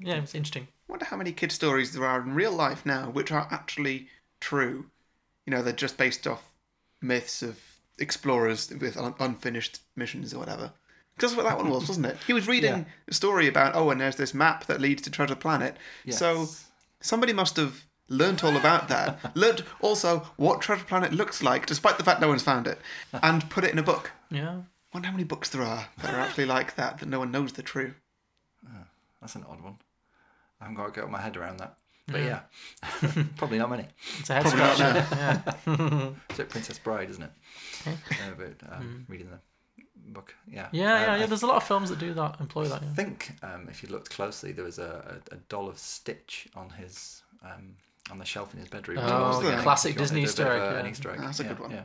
B: yeah, it was interesting.
A: wonder how many kid stories there are in real life now which are actually true. You know, they're just based off myths of explorers with un- unfinished missions or whatever. Because that's what that one was, wasn't it? He was reading
D: Yeah.
A: a story about, oh, and there's this map that leads to Treasure Planet. So
D: Yes.
A: somebody must have learnt all about that. learnt also what Treasure Planet looks like, despite the fact no one's found it, and put it in a book.
B: Yeah,
A: wonder how many books there are that are actually like that that no one knows the true.
D: That's an odd one. I haven't got to get my head around that. But yeah, probably not many.
B: it's a head
A: Probably not
B: scratcher.
A: now.
D: It's like Princess Bride, isn't it? Uh, but um, reading the book. Yeah.
B: Yeah,
D: Um,
B: yeah,
D: I
B: yeah. There's a lot of films that do that, employ that. Yeah.
D: think um, if you looked closely, there was a, a, a doll of Stitch on his um, on the shelf in his bedroom.
B: Oh,
D: I was
B: yeah.
D: thinking,
B: Classic
D: if you wanted
B: Disney
D: a bit of
B: Easter egg,
D: a-
B: yeah.
D: An
B: Ah,
D: Easter egg.
A: That's a good
D: Yeah,
A: one.
D: Yeah.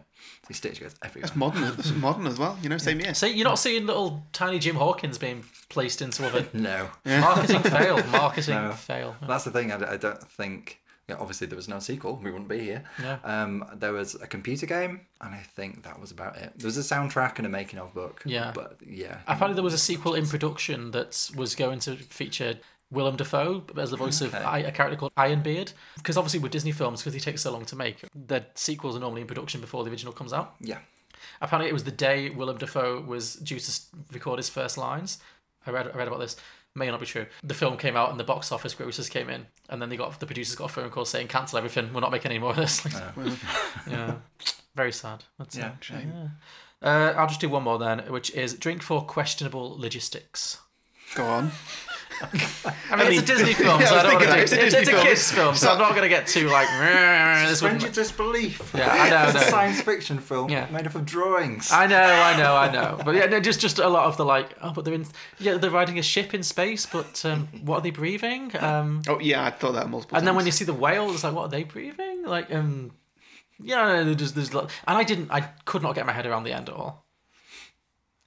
D: See, Stitch goes everywhere.
A: It's modern. It's modern as well. You know, same year.
B: See, you're not seeing little tiny Jim Hawkins being placed into other.
D: No.
B: Marketing failed. Marketing
D: No.
B: fail. Yeah.
D: That's the thing. I, d- I don't think. Yeah, obviously there was no sequel. We wouldn't be here.
B: Yeah.
D: Um, there was a computer game, and I think that was about it. There was a soundtrack and a making of book.
B: Yeah.
D: But yeah.
B: Apparently, there was a sequel in production that was going to feature Willem Dafoe as the voice of
D: Okay.
B: I, a character called Ironbeard. Because obviously, with Disney films, because they take so long to make, the sequels are normally in production before the original comes out.
D: Yeah.
B: Apparently, it was the day Willem Dafoe was due to s- record his first lines. I read, I read about this. May not be true. The film came out and the box office grosses came in, and then they got the producers got a phone call saying cancel everything. We're not making any more of this. yeah, very sad. That's
D: Oh, Yeah,
B: it.
D: shame.
B: Yeah. Uh, I'll just do one more then, which is drink for questionable logistics.
A: Go on.
B: I mean,
A: I
B: it's a
A: mean-
B: Disney film,
A: Yeah,
B: so
A: I was
B: I don't
A: thinking
B: want
A: that.
B: to.
A: It's
B: do It's,
A: a
B: it's a
A: Disney film.
B: kids film, so I'm not going to get too like. "Meh, this
D: Suspend
B: wouldn't-
D: your disbelief.
B: Yeah, I know, I
D: It's a
B: know.
D: science fiction film
B: Yeah.
D: made up of drawings.
B: I know, I know, I know. But yeah, no, just just a lot of the like. Oh, but they're in. Yeah, they're riding a ship in space, but um, what are they breathing? Um,
A: Oh yeah, I thought that multiple.
B: and then when you
A: times.
B: see the whale, it's like, what are they breathing? Like, um, yeah, no, there's there's lot. And I didn't, I could not get my head around the end at all.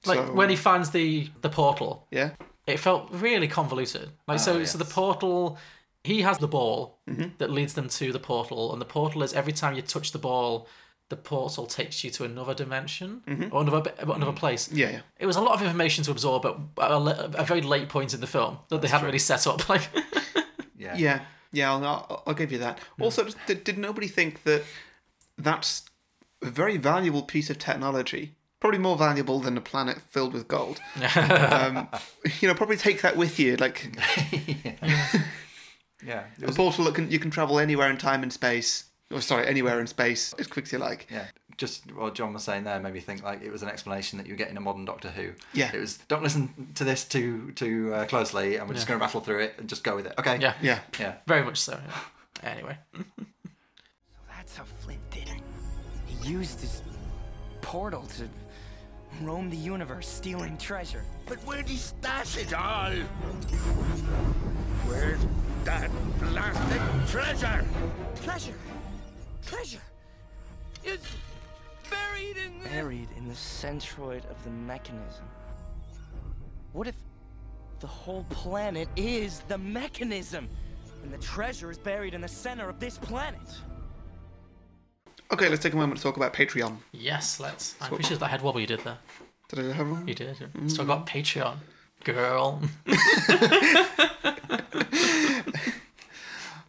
B: Like
A: So-
B: when he finds the the portal,
A: yeah,
B: it felt really convoluted.
A: Ah,
B: Like so, so the portal, he has the ball
A: Mm-hmm.
B: that leads them to the portal, and the portal is every time you touch the ball, the portal takes you to another dimension or another bit- another place.
A: Mm-hmm. yeah, yeah.
B: It was a lot of information to absorb at at a, le- a very late point in the film that they hadn't really set up. Like,
D: Yeah.
A: Yeah, yeah, I'll, I'll, I'll give you that.
B: Hmm.
A: Also, just- did, did nobody think that that's a very valuable piece of technology? Probably more valuable than a planet filled with gold. um, you know, probably take that with you, like
D: Yeah. It
A: a
D: was-
A: portal that can you can travel anywhere in time and space. Or sorry, anywhere in space as quick as you like.
D: yeah. Just what John was saying there made me think like it was an explanation that you get in a modern Doctor Who.
A: Yeah.
D: It was don't listen to this too too uh, closely, and we're just going to rattle through it and just go with it. Okay.
B: yeah,
A: Yeah,
D: Yeah.
B: very much so. yeah. Anyway,
H: That's how Flint did it. He used his portal to roam the universe stealing treasure.
F: But where'd he stash it all? Where's that blasted treasure?
H: Treasure! Treasure!
F: It's buried in the...
H: Buried in the centroid of the mechanism. What if the whole planet is the mechanism? And the treasure is buried in the center of this planet?
A: Okay, let's take a moment to talk about Patreon.
B: yes, let's. I appreciate that head wobble you did there.
A: Did I have one?
B: You did. yeah.
A: Mm.
B: Still got Patreon, girl.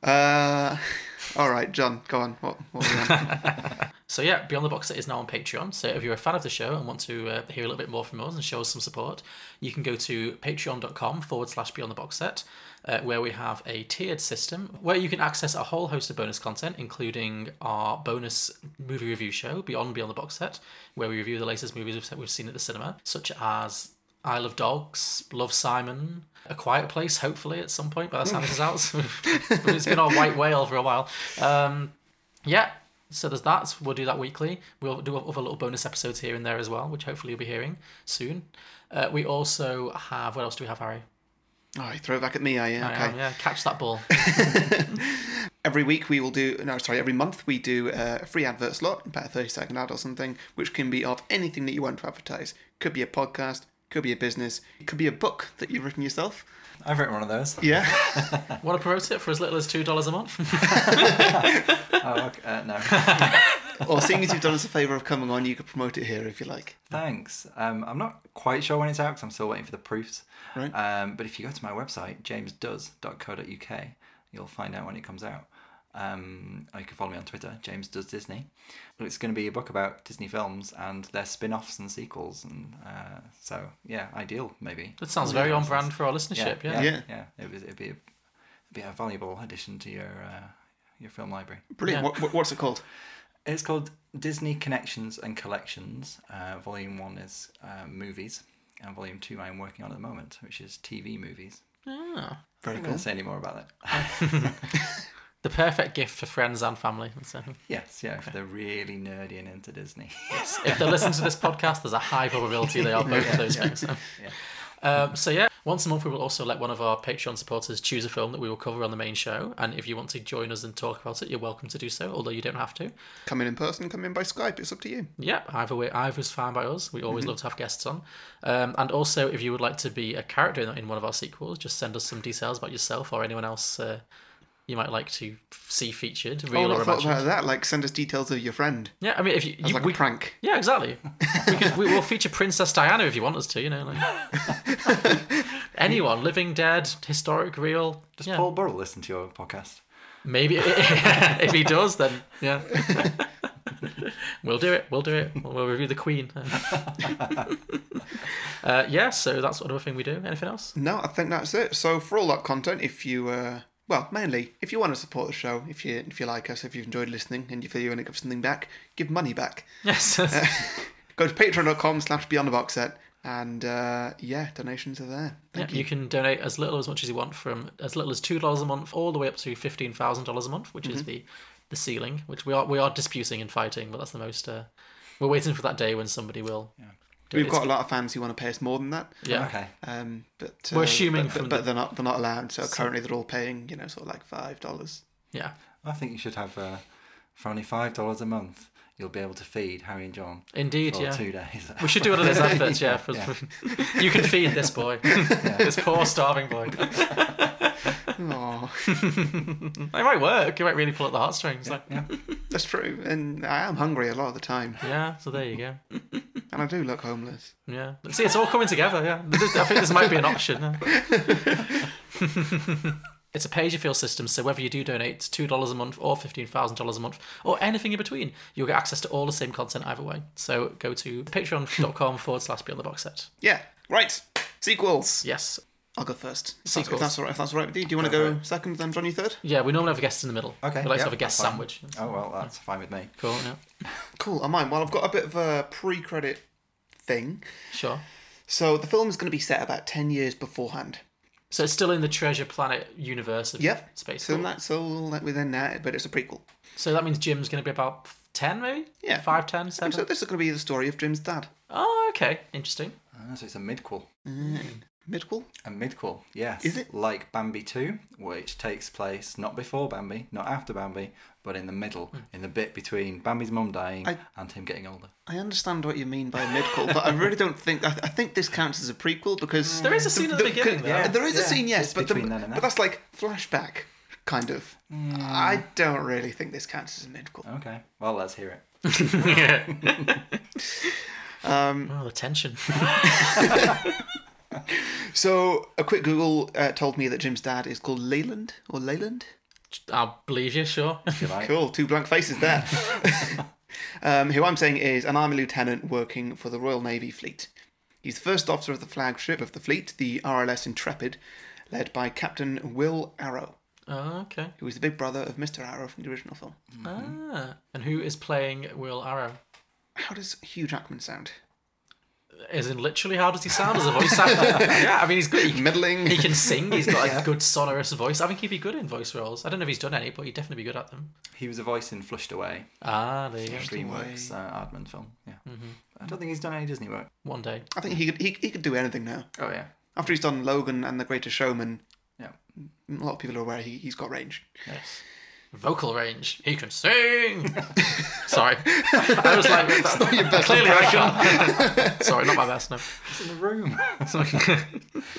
A: Uh, all right, John, go on. What, what were you on?
B: So yeah, Beyond the Box Set is now on Patreon. So if you're a fan of the show and want to uh, hear a little bit more from us and show us some support, you can go to patreon.com forward slash Beyond the Box Set, uh, where we have a tiered system where you can access a whole host of bonus content, including our bonus movie review show, Beyond Beyond the Box Set, where we review the latest movies we've- we've seen at the cinema, such as Isle of Dogs, Love Simon, A Quiet Place, hopefully at some point by the time this is out. So it's been our white whale for a while. Um, yeah. So there's that. We'll do that weekly. We'll do other little bonus episodes here and there as well, which hopefully you'll be hearing soon. Uh, we also have what else do we have, Harry?
A: Oh, you throw it back at me, are you? Okay.
B: I am, yeah, catch that ball.
A: Every week we will do, no, sorry, every month we do uh, a free advert slot, about a 30 second ad or something, which can be of anything that you want to advertise. Could be a podcast, could be a business, could be a book that you've written yourself.
D: I've written one of those.
A: Yeah.
B: Want to promote it for as little as two dollars a month?
D: Oh, okay. uh, no.
A: or seeing as you've done us a favour of coming on, you could promote it here if you like.
D: Thanks. Um, I'm not quite sure when it's out because I'm still waiting for the proofs.
A: Right.
D: Um, but if you go to my website, jamesdoes.co.uk, you'll find out when it comes out. Um, or you can follow me on Twitter, James Does Disney. It's going to be a book about Disney films and their spin offs and sequels. And uh, so, yeah, ideal, maybe.
B: That sounds very on brand for our listenership. Yeah.
D: yeah.
A: Yeah.
D: It was, it'd, be a, it'd be a valuable addition to your, uh, your film library.
A: Brilliant.
B: Yeah.
A: What- What, what's it called?
D: It's called Disney Connections and Collections. Uh, volume one is uh, movies, and volume two I'm working on at the moment, which is TV movies.
B: Ah.
A: Very
D: I'm
A: cool.
D: not going to say any more about that.
B: The The perfect gift for friends and family. So,
D: Yes, yeah, if they're really nerdy and into Disney.
B: if they listen to this podcast, there's a high probability they are both of those
D: Yeah,
B: things. So. Um, so yeah, once a month we will also let one of our Patreon supporters choose a film that we will cover on the main show, and if you want to join us and talk about it, you're welcome to do so. Although you don't have to.
A: Come in in person, come in by Skype. It's up to you.
B: Yep, either way, either's fine by us. We always
A: Mhm.
B: love to have guests on. Um, and also, if you would like to be a character in- in one of our sequels, just send us some details about yourself or anyone else uh, you might like to see featured, real
A: oh,
B: or
A: I thought
B: imagined.
A: about that. Like, send us details of your friend.
B: Yeah, I mean, if you,
A: That's
B: you-
A: like a
B: we,
A: prank.
B: Yeah, exactly. we, could, we will feature Princess Diana if you want us to. You know, like anyone, living, dead, historic, real.
D: Does
B: yeah.
D: Paul Burrell listen to your podcast?
B: Maybe if he does, then yeah, we'll do it. We'll do it. We'll, we'll review the Queen. uh, yeah, so that's another thing we do. Anything else?
A: No, I think that's it. So for all that content, if you uh, well, mainly if you want to support the show, if you if you like us, if you've enjoyed listening, and you feel you want to give something back, give money back.
B: Yes.
A: Uh, go to patreon.com slash beyond the box set and uh, yeah, donations are there.
B: Yeah,
A: Thank
B: you. can donate as little as much as you want, from as little as two dollars a month, all the way up to fifteen thousand dollars a month, which is
A: Mhm.
B: the the ceiling. Which we are we are disputing and fighting, but that's the most. Uh, we're waiting for that day when somebody will. do it.
A: We've got
B: It's-
A: a lot of fans who want to pay us more than that.
B: Yeah. Okay.
A: Um, but
B: We're assuming
A: but, but,
B: from
A: but
B: the-
A: they're not they're not allowed. So
B: So-
A: currently they're all paying, you know, sort of like five dollars.
B: Yeah.
D: I think you should have uh, for only five dollars a month. You'll be able to feed Harry and John.
B: Indeed,
D: for
B: yeah.
D: Two days.
B: We should do one of those adverts, yeah. for- you can feed this boy, this poor starving boy.
A: Aw.
B: it might work. You might really pull at the heartstrings. like- Yeah,
A: That's true, and I am hungry a lot of the time,
B: So there you go.
A: and I do look homeless.
B: Yeah. See, it's all coming together. Yeah. I think this might be an option. yeah. it's a pay as you feel system, so whether you do donate two dollars a month or fifteen thousand dollars a month or anything in between, you'll get access to all the same content either way. So go to patreon.com forward slash beyond the box set.
A: Yeah, right. Sequels.
B: Yes.
A: I'll go first. If that's- If
B: Sequels.
A: that's all right, if that's all right with you, do you want to
B: Go
A: go second, then Johnny third?
B: Yeah, we normally have a guest in the middle.
A: Okay,
B: We like
A: yeah,
B: to have a guest
A: that's fine.
B: sandwich.
D: Oh well, that's fine with me.
B: Cool. Yeah.
A: Cool. I mind. Well, I've got a bit of a pre-credit thing.
B: Sure.
A: So the film is going to be set about ten years beforehand.
B: So it's still in the Treasure Planet universe of
A: Yep.
B: space.
A: So
B: Cool.
A: that's all that within that, but it's a prequel.
B: So that means Jim's going to be about ten, maybe.
A: Yeah.
B: Five, ten, seven.
A: So this is going to be the story of Jim's dad.
B: Oh, okay. Interesting.
D: Ah, so it's a midquel.
A: Mm. Midquel?
D: A midquel, yes.
A: Is it?
D: like Bambi Two, which takes place not before Bambi, not after Bambi, but in the middle, in the bit between Bambi's mum dying
A: I-
D: and him getting older?
A: I understand what you mean by midquel, but I really don't think I, I think this counts as a prequel because
B: There is a scene at the beginning,
A: because-
B: though. Yeah,
A: there is a
B: yeah.
A: scene, yes,
D: It's
A: but the,
D: between then and
A: but
D: now.
A: that's like flashback, kind of.
B: Hmm.
A: I don't really think this counts as a midquel.
D: Okay, well let's hear it.
A: Um,
B: oh, the tension.
A: so a quick Google uh, told me that Jim's dad is called Leyland or Leyland.
B: I'll believe you, sure.
A: Cool, two blank faces there. um, who I'm saying is an army lieutenant working for the Royal Navy Fleet. He's the first officer of the flagship of the fleet, the RLS Intrepid, led by Captain Will Arrow,
B: Oh, okay.
A: who is the big brother of Mr. Arrow from the original film.
B: Ah, and who is playing Will Arrow?
A: How does Hugh Jackman sound?
B: As in, literally, how does he sound as a voice actor? yeah, I mean, he's good. He,
A: Middling.
B: he can sing. He's got
A: Yeah.
B: a good sonorous voice. I think he'd be good in voice roles. I don't know if he's done any, but he'd definitely be good at them.
D: He was a voice in Flushed Away,
B: Ah, there you go.
D: DreamWorks uh, Aardman film. Yeah, I don't think he's done any Disney work.
B: One day.
A: I think he could he, he could do anything now.
D: Oh yeah,
A: After he's done Logan and The Greatest Showman,
D: yeah.
A: a lot of people are aware he, he's got range.
B: Yes. Vocal range. He can sing. Sorry, I was like, that's not your best clearly I can't. Sorry, not my best. No.
D: It's in the room.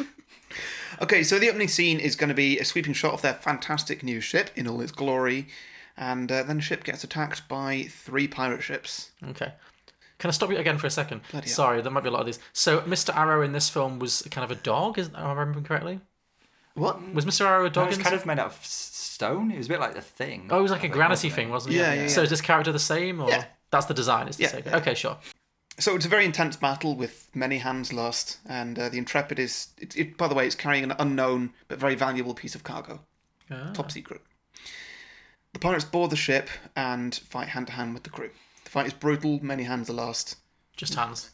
A: Okay, so the opening scene is going to be a sweeping shot of their fantastic new ship in all its glory, and uh, then the ship gets attacked by three pirate ships.
B: Okay. Can I stop you again for a second?
A: Bloody hell.
B: Sorry, there might be a lot of these. So, Mr. Arrow in this film was kind of a dog, is am I remembering correctly?
A: What?
B: Was Mr. Arrow a
D: No,
B: dog?
D: it was
B: in
D: kind
B: this-
D: of made out of s- stone. It was a bit like the thing.
B: Oh, it was like
D: I
B: a
D: think,
B: granity
D: wasn't it?
B: thing, wasn't it?
A: Yeah, yeah,
B: So
A: yeah.
B: is this character the same, or
A: Yeah.
B: that's the design? It's the
A: Yeah,
B: same.
A: yeah.
B: Okay, sure.
A: So it's a very intense battle with many hands lost, and uh, the Intrepid is. It, it, by the way, it's carrying an unknown but very valuable piece of cargo.
B: Ah.
A: Top secret. The pirates board the ship and fight hand to hand with the crew. The fight is brutal, many hands are lost.
B: Just hands.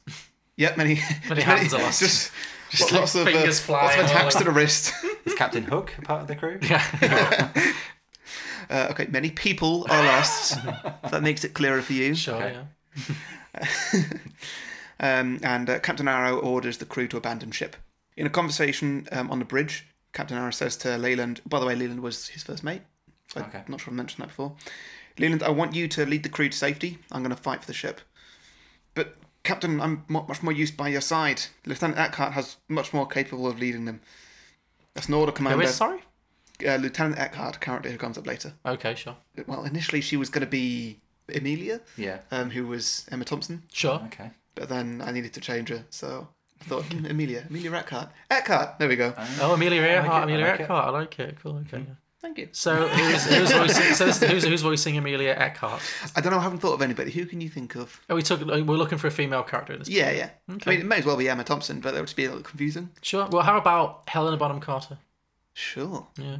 A: Yep, many.
B: Many hands are lost.
A: Just,
B: Just
A: lots of, uh,
B: fingers
A: lots
B: flying
A: of
B: all
A: attacks
B: over.
A: to the wrist.
D: Is Captain Hook part of the crew?
B: Yeah.
A: Uh, okay, many people are lost. if that makes it clearer for you.
B: Sure,
A: yeah. um, and uh, Captain Arrow orders the crew to abandon ship. In a conversation um, on the bridge, Captain Arrow says to Leyland, by the way, Leyland was his first mate. So
D: Okay.
A: I'm not sure I mentioned that before. Leland, I want you to lead the crew to safety. I'm going to fight for the ship. But, Captain, I'm mu- much more used by your side. Lieutenant Eckhart has much more capable of leading them. That's an order, Commander.
B: is, sorry?
A: Uh, Lieutenant Eckhart, character who comes up later.
B: Okay, sure.
A: Well, initially she was going to be Amelia.
B: Yeah.
A: Um, who was Emma Thompson.
B: Sure.
D: Okay.
A: But then I needed to change her, so I thought, hmm, Amelia. Amelia Eckhart. Eckhart! There we go.
B: Oh, Amelia Earhart.
A: it, I
B: Amelia
A: like it. Mm-hmm.
B: Earhart. I like it. Cool. Okay. yeah.
A: Thank you.
B: So who's who's voicing, so this, who's, who's voicing Amelia Eckhart?
A: I don't know, I haven't thought of anybody. Who can you think of?
B: Oh, we took. We're looking for a female character in this.
A: Yeah, yeah.
B: Okay.
A: I mean, it may as well be Emma Thompson, but that would just be a little confusing.
B: Sure. Well, how about Helena Bonham Carter?
A: Sure.
B: Yeah.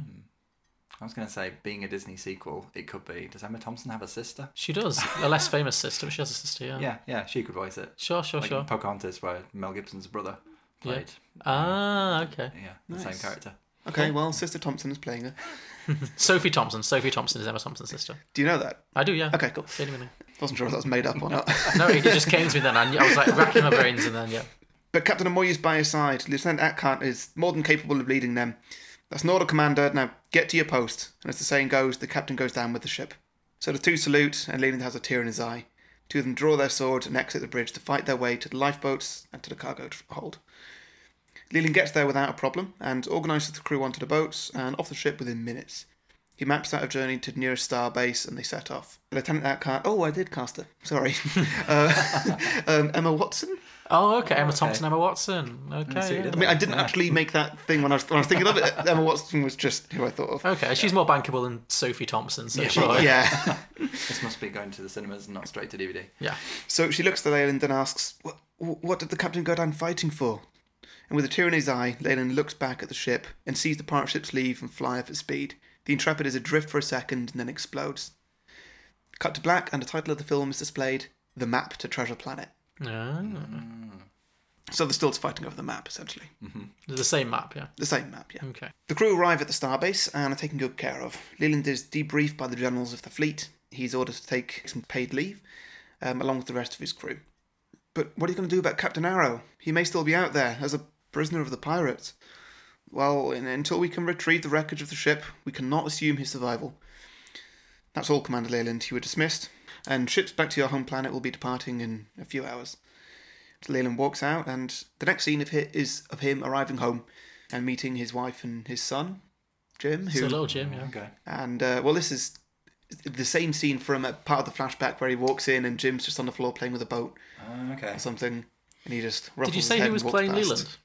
D: I was going to say, being a Disney sequel, it could be. Does Emma Thompson have a sister?
B: She does. A less famous sister, but she has a sister. Yeah.
D: Yeah, yeah, she could voice it.
B: Sure, sure,
D: Like in
B: sure.
D: Pocahontas, where Mel Gibson's brother
B: Yeah.
D: played
B: Ah, okay.
D: yeah, the same character.
B: Oh.
A: Okay, well, Sister Thompson is playing her.
B: Sophie Thompson. Sophie Thompson is Emma Thompson's sister.
A: Do you know that?
B: I do. Yeah.
A: Okay, cool.
B: Genuinely.
A: Wasn't sure if that was made up or not.
B: No, it just came to me then. I, I was like racking my brains, and then yeah.
A: But Captain Amoy is by his side. Lieutenant Atkant is more than capable of leading them. That's an order, Commander. Now get to your post. And as the saying goes, the captain goes down with the ship. So the two salute, and Leland has a tear in his eye. Two of them draw their swords and exit the bridge to fight their way to the lifeboats and to the cargo tr- hold. Leland gets there without a problem and organises the crew onto the boats and off the ship within minutes. He maps out a journey to the nearest star base and they set off. Lieutenant Atkant, oh, I did cast her. Sorry. uh, um, Emma Watson?
B: Oh, okay. Emma Thompson, Emma Watson. Okay. yeah.
A: I mean, I didn't actually make that thing when I was, when I was thinking of it. Emma Watson was just who I thought of.
B: Okay, she's more bankable than Sophie Thompson. So
A: Yeah, she-
B: sure.
A: yeah.
D: This must be going to the cinemas and not straight to DVD.
B: Yeah.
A: So she looks to Leyland and asks, what, what did the captain go down fighting for? And with a tear in his eye, Leyland looks back at the ship and sees the pirate ship's leave and fly off at speed. The Intrepid is adrift for a second and then explodes. Cut to black, and the title of the film is displayed The Map to Treasure Planet.
B: Ah.
A: So they're still fighting over the map, essentially.
B: The same map, yeah.
A: The same map, yeah.
B: Okay.
A: The crew arrive at the starbase and are taken good care of. Leland is debriefed by the generals of the fleet. He's ordered to take some paid leave, um, along with the rest of his crew. But what are you going to do about Captain Arrow? He may still be out there as a prisoner of the pirates. Well, in, until we can retrieve the wreckage of the ship, we cannot assume his survival. That's all, Commander Leland. You were dismissed, and ships back to your home planet will be departing in a few hours. So Leland walks out, and the next scene of hi- is of him arriving home and meeting his wife and his son, Jim. Who
B: So little Jim, yeah.
D: Okay.
A: and uh, well, this is the same scene from a part of the flashback where he walks in and Jim's just on the floor playing with a boat
D: Uh, okay.
A: or something, and he just
B: Did
A: ruffles
B: you
A: his
B: say
A: head
B: he
A: and
B: was
A: walks
B: playing
A: past.
B: Leland?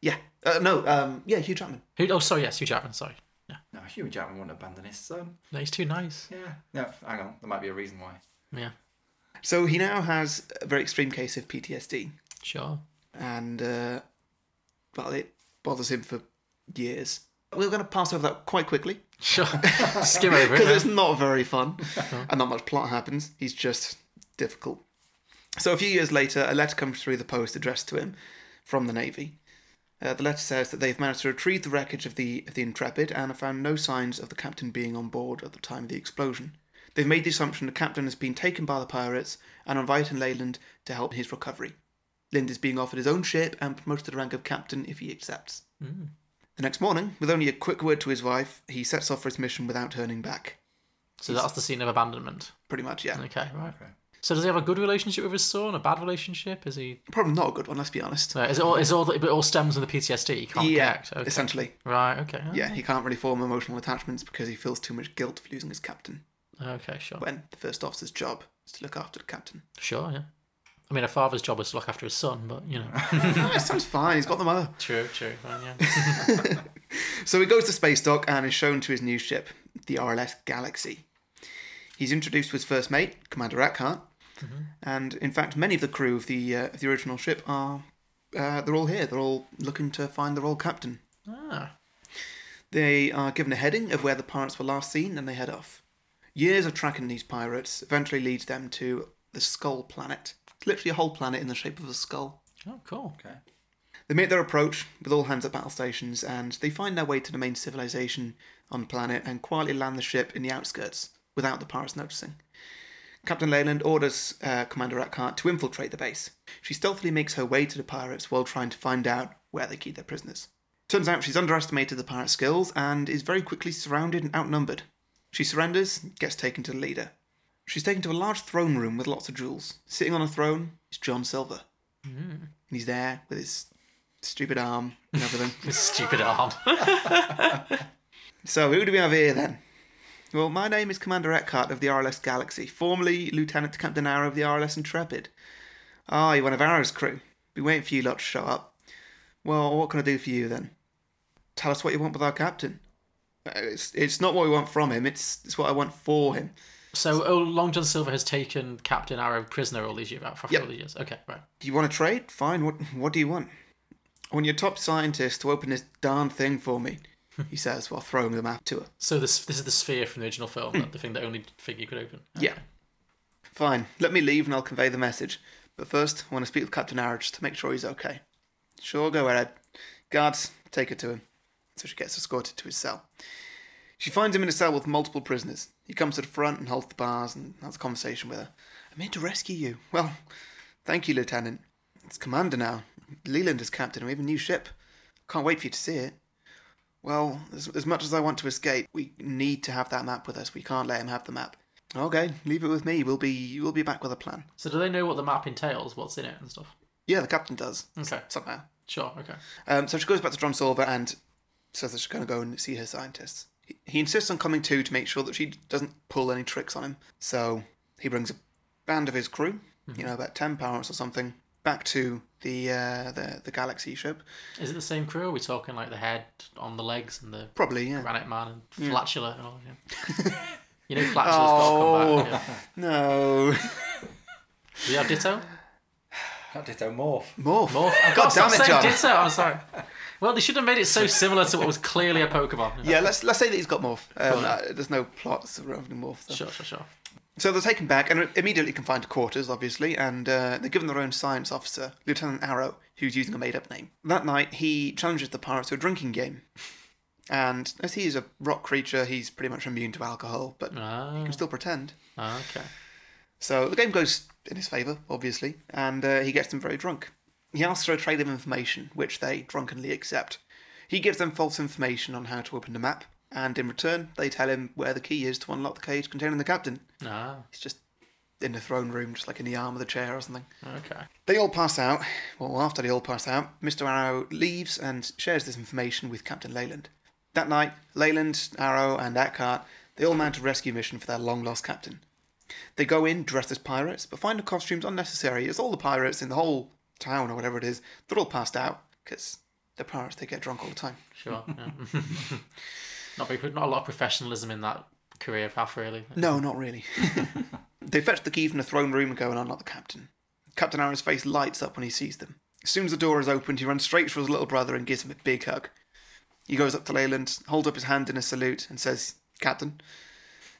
A: Yeah, uh, no, um, yeah, Hugh Jackman.
B: Who, oh, sorry, yes, Hugh Jackman, sorry. Yeah.
D: No, Hugh Jackman wouldn't abandon his son.
B: No, he's too nice.
D: Yeah. No, hang on. There might be a reason why.
B: Yeah,
A: So he now has a very extreme case of PTSD,
B: sure.
A: and uh, well, it bothers him for years. We're going to pass over that quite quickly
B: Sure. Skim over
A: because
B: it.
A: it's not very fun and not much plot happens. He's just difficult. So a few years later, a letter comes through the post addressed to him from the Navy. Uh, the letter says that they've managed to retrieve the wreckage of the, of the Intrepid and have found no signs of the captain being on board at the time of the explosion. They've made the assumption the captain has been taken by the pirates and are inviting Leyland to help his recovery. Lind is being offered his own ship and promoted to the rank of captain if he accepts. The next morning, with only a quick word to his wife, he sets off for his mission without turning back.
B: So that's the scene of abandonment.
A: Pretty much, yeah.
B: Okay, right. So does he have a good relationship with his son? A bad relationship? Is he?
A: Probably not a good one, let's be honest.
B: No, is it all? Is all? It all stems from the PTSD. He can't
A: yeah,
B: connect. Okay.
A: essentially.
B: Right. Okay.
A: Yeah, he can't really form emotional attachments because he feels too much guilt for losing his captain
B: Okay. Sure.
A: when the first officer's job is to look after the captain.
B: Sure. Yeah. I mean, a father's job is to look after his son, but you know.
A: No, it Oh, sounds fine, he's got the mother.
B: true. True. Fine, yeah.
A: So he goes to space dock and is shown to his new ship, the RLS Galaxy. He's introduced to his first mate, Commander Eckhart,
B: Mm-hmm.
A: and in fact, many of the crew of the uh, of the original ship are uh, they're all here. They're all looking to find their old captain.
B: Ah.
A: They are given a heading of where the pirates were last seen and they head off. Years of tracking these pirates eventually leads them to the Skull Planet. It's literally a whole planet in the shape of a skull.
B: Oh, cool.
D: Okay.
A: They They make their approach with all hands at battle stations, and they find their way to the main civilization on the planet and quietly land the ship in the outskirts without the pirates noticing. Captain Leyland orders uh, Commander Eckhart to infiltrate the base. She stealthily makes her way to the pirates while trying to find out where they keep their prisoners. Turns out she's underestimated the pirate skills and is very quickly surrounded and outnumbered. She surrenders, gets taken to the leader. She's taken to a large throne room with lots of jewels. Sitting on a throne is John Silver.
B: Mm.
A: And he's there with his stupid arm and everything.
B: His stupid arm.
A: so, who do we have here then? Well, my name is Commander Eckhart of the RLS Galaxy, formerly Lieutenant Captain Arrow of the RLS Intrepid. Ah, you're one of Arrow's crew. Been waiting for you lot to show up. Well, what can I do for you then? Tell us what you want with our captain. Uh, It's, it's not what we want from him, it's, it's what I want for him.
B: So, oh, Long John Silver has taken Captain Arrow prisoner all these years, for all these years. Okay, right.
A: Do you want to trade? Fine. What What do you want? I want your top scientist to open this darn thing for me, he says while throwing the map to her.
B: So this this is the sphere from the original film, that the thing that only thing you could open.
A: Yeah. Fine. Let me leave and I'll convey the message. But first, I want to speak with Captain Arrow just to make sure he's okay. Sure, go ahead. Guards, take her to him. So she gets escorted to his cell. She finds him in a cell with multiple prisoners. He comes to the front and holds the bars and has a conversation with her. I'm here to rescue you. Well, thank you, Lieutenant. It's Commander now. Leland is captain. We have a new ship. Can't wait for you to see it. Well, as, as much as I want to escape, we need to have that map with us. We can't let him have the map. Okay, leave it with me. We'll be we'll be back with a plan.
B: So do they know what the map entails, what's in it and stuff?
A: Yeah, the captain does.
B: Okay.
A: Somehow.
B: Sure, okay.
A: Um, so she goes back to John Silver and says that she's going to go and see her scientists. He, he insists on coming too to make sure that she doesn't pull any tricks on him. So he brings a band of his crew, you know, about ten pirates or something, back to the uh, the the galaxy ship.
B: Is it the same crew? Are we talking like the head on the legs and the
A: Probably, yeah.
B: granite man and
A: Yeah.
B: flatula and all yeah. you know flatula's
A: Oh.
B: got to come back. Yeah.
A: no.
B: Do you have ditto?
D: Not Ditto Morph.
A: Morph.
B: Morph. I've
A: God
B: got to
A: damn it,
B: stop
A: John.
B: saying Ditto. I'm sorry. Well, they should have made it so similar to what was clearly a Pokemon.
A: Yeah, let's let's say that he's got morph. Um,
B: Fine.
A: uh, there's no plot surrounding morph. Though.
B: Sure, sure, sure.
A: So they're taken back and immediately confined to quarters, obviously, and uh, they're given their own science officer, Lieutenant Arrow, who's using a made-up name. That night, he challenges the pirates to a drinking game, and as he is a rock creature, he's pretty much immune to alcohol, but he
B: Ah,
A: can still pretend.
B: okay.
A: So the game goes in his favour, obviously, and uh, he gets them very drunk. He asks for a trade of information, which they drunkenly accept. He gives them false information on how to open the map, and in return, they tell him where the key is to unlock the cage containing the captain.
B: Ah,
A: He's just in the throne room, just like in the arm of the chair or something.
B: okay.
A: They all pass out. Well, after they all pass out, Mr. Arrow leaves and shares this information with Captain Leyland. That night, Leyland, Arrow, and Eckhart, they all mount a rescue mission for their long lost captain. They go in dressed as pirates, but find the costumes unnecessary as all the pirates in the whole town or whatever it is, they're all passed out because they're pirates, they get drunk all the time.
B: Sure. yeah. not very, not a lot of professionalism in that career path, really.
A: No, not really. they fetch the key from the throne room and go and unlock the captain. Captain Arrow's face lights up when he sees them. As soon as the door is opened, he runs straight for his little brother and gives him a big hug. He goes up to Leyland, holds up his hand in a salute, and says, Captain.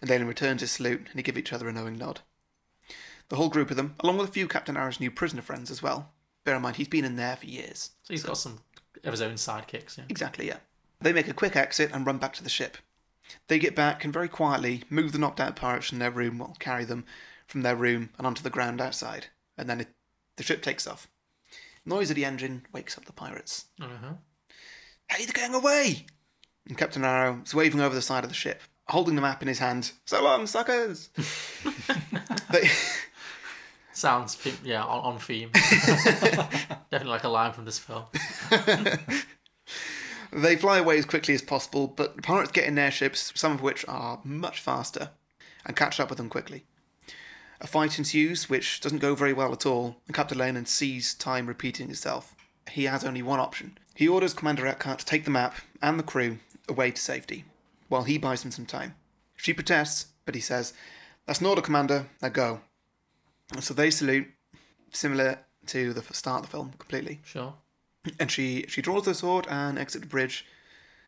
A: And Leyland returns his salute, and they give each other a knowing nod. The whole group of them, along with a few Captain Arrow's new prisoner friends as well. Bear in mind, he's been in there for years.
B: So he's got some of his own sidekicks. Yeah.
A: Exactly, yeah. They make a quick exit and run back to the ship. They get back and very quietly move the knocked out pirates from their room, well, carry them from their room and onto the ground outside. And then it, the ship takes off. Noise of the engine wakes up the pirates.
B: Uh-huh.
A: Hey, they're going away! And Captain Arrow is waving over the side of the ship, holding the map in his hand. So long, suckers! they,
B: Sounds, theme- yeah, on, on theme. Definitely like a line from this film.
A: They fly away as quickly as possible, but the pirates get in their ships, some of which are much faster, and catch up with them quickly. A fight ensues, which doesn't go very well at all, and Captain Lenin sees time repeating itself. He has only one option. He orders Commander Eckhart to take the map and the crew away to safety, while he buys them some time. She protests, but he says, That's an order, Commander, now go. And so they salute, similar to the f- start of the film completely
B: Sure.
A: and she she draws her sword and exits the bridge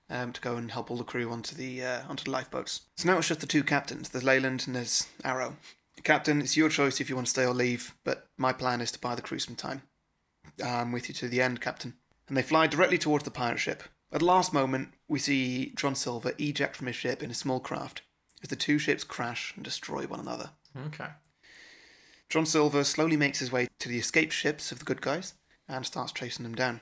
A: um, to go and help all the crew onto the uh, onto the lifeboats. So now it's just the two captains. There's Leyland and there's Arrow. Captain, it's your choice if you want to stay or leave, but my plan is to buy the crew some time. I'm with you to the end, Captain. and they fly directly towards the pirate ship. At the last moment, we see John Silver eject from his ship in a small craft as the two ships crash and destroy one another.
B: Okay.
A: John Silver slowly makes his way to the escaped ships of the good guys and starts chasing them down.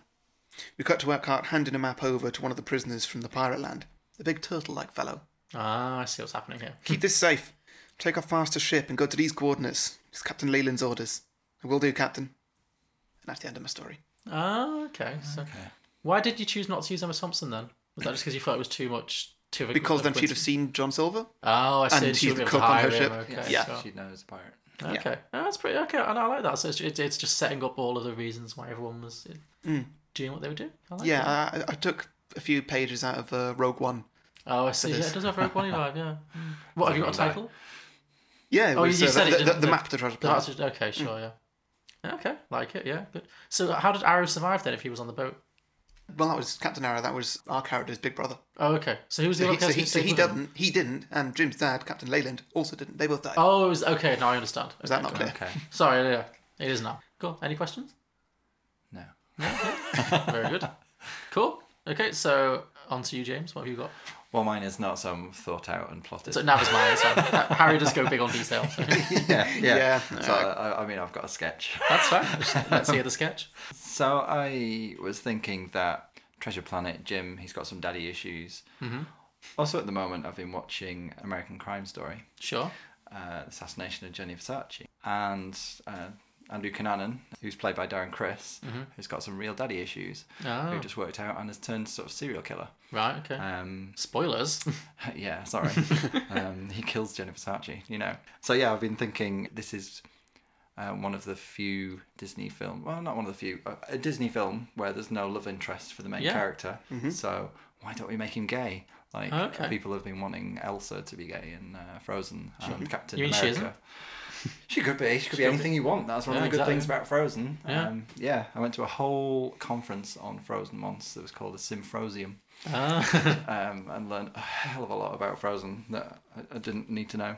A: We cut to Eckhart handing a map over to one of the prisoners from the pirate land, the big turtle like fellow.
B: Ah, I see what's happening here.
A: Keep this safe. Take our faster ship and go to these coordinates. It's Captain Leland's orders. I will do, Captain. And that's the end of my story.
B: Ah, okay. So, why did you choose not to use Emma Thompson then? Was that just because you thought it was too much? Too of a-
A: Because
B: of a
A: then she'd have
B: coincidence?
A: seen John Silver.
B: Oh, I see.
A: And
B: She'd
A: he's
B: be
A: the
B: able to
A: cook on her
B: hire him,
A: ship.
B: okay,
A: yeah.
B: so-
D: She knows pirate.
A: Yeah.
B: Okay, Oh, that's pretty okay, and I like that. So it's, it's it's just setting up all of the reasons why everyone was uh,
A: Mm.
B: doing what they were doing. I like
A: yeah,
B: that.
A: I, I- I took a few pages out of uh, Rogue One.
B: Oh, I
A: for
B: see. Yeah,
A: this.
B: it does have Rogue One vibe. Yeah. Mm. What have you got a
A: Rogue One.
B: title?
A: Yeah, it
B: oh,
A: was,
B: you
A: uh,
B: said
A: the-
B: it.
A: the-
B: didn't-
A: the map to Treasure
B: the
A: Planet.
B: map to- okay, sure, yeah. Yeah, Okay, like it. Yeah, good. So how did Arrow survive then if he was on the boat?
A: Well, that was Captain Arrow. That was our character's big brother.
B: Oh, okay. So who was the
A: so
B: other
A: he, so
B: person
A: he,
B: who
A: so
B: stayed
A: he
B: with him?
A: didn't. He didn't. And Jim's dad, Captain Leyland, also didn't. They both died.
B: Oh, it was, okay. Now I understand.
A: Was that not
B: okay.
A: clear? Okay.
B: Sorry, yeah, it is now. Cool. Any questions?
D: No.
B: Yeah, Very good. Cool. Okay, so on to you, James. What have you got?
D: Well, mine is not so thought out and plotted.
B: So now is mine. So Harry does go big on detail. so-
D: yeah, yeah.
A: Yeah.
D: So I, I mean, I've got a sketch.
B: That's fine. Let's hear the sketch.
D: So I was thinking that Treasure Planet, Jim, he's got some daddy issues.
B: Mhm.
D: Also, at the moment, I've been watching American Crime Story.
B: Sure.
D: Uh, assassination of Jenny Versace and uh, Andrew Cunanan, who's played by Darren Chris,
B: Mhm.
D: who's got some real daddy issues,
B: Oh.
D: who just worked out and has turned sort of serial killer.
B: Right. Okay.
D: Um,
B: Spoilers.
D: yeah, sorry. um, he kills Jennifer Sarchi, you know. So yeah, I've been thinking this is um, one of the few Disney film, well, not one of the few, uh, a- a Disney film where there's no love interest for the main
B: Yeah. Mm-hmm.
D: character. So why don't we make him gay? Like
B: Okay.
D: people have been wanting Elsa to be gay in uh, Frozen and Captain
B: You mean she
D: America.
B: isn't?
D: She could be. She could be
B: could
D: anything
B: be.
D: you want. That's one
B: Yeah,
D: of the good
B: exactly.
D: things about Frozen.
B: Yeah.
D: Um, yeah, I went to a whole conference on Frozen once that was called the Symphrosium
B: Ah.
D: um, and learned a hell of a lot about Frozen that I, I didn't need to know.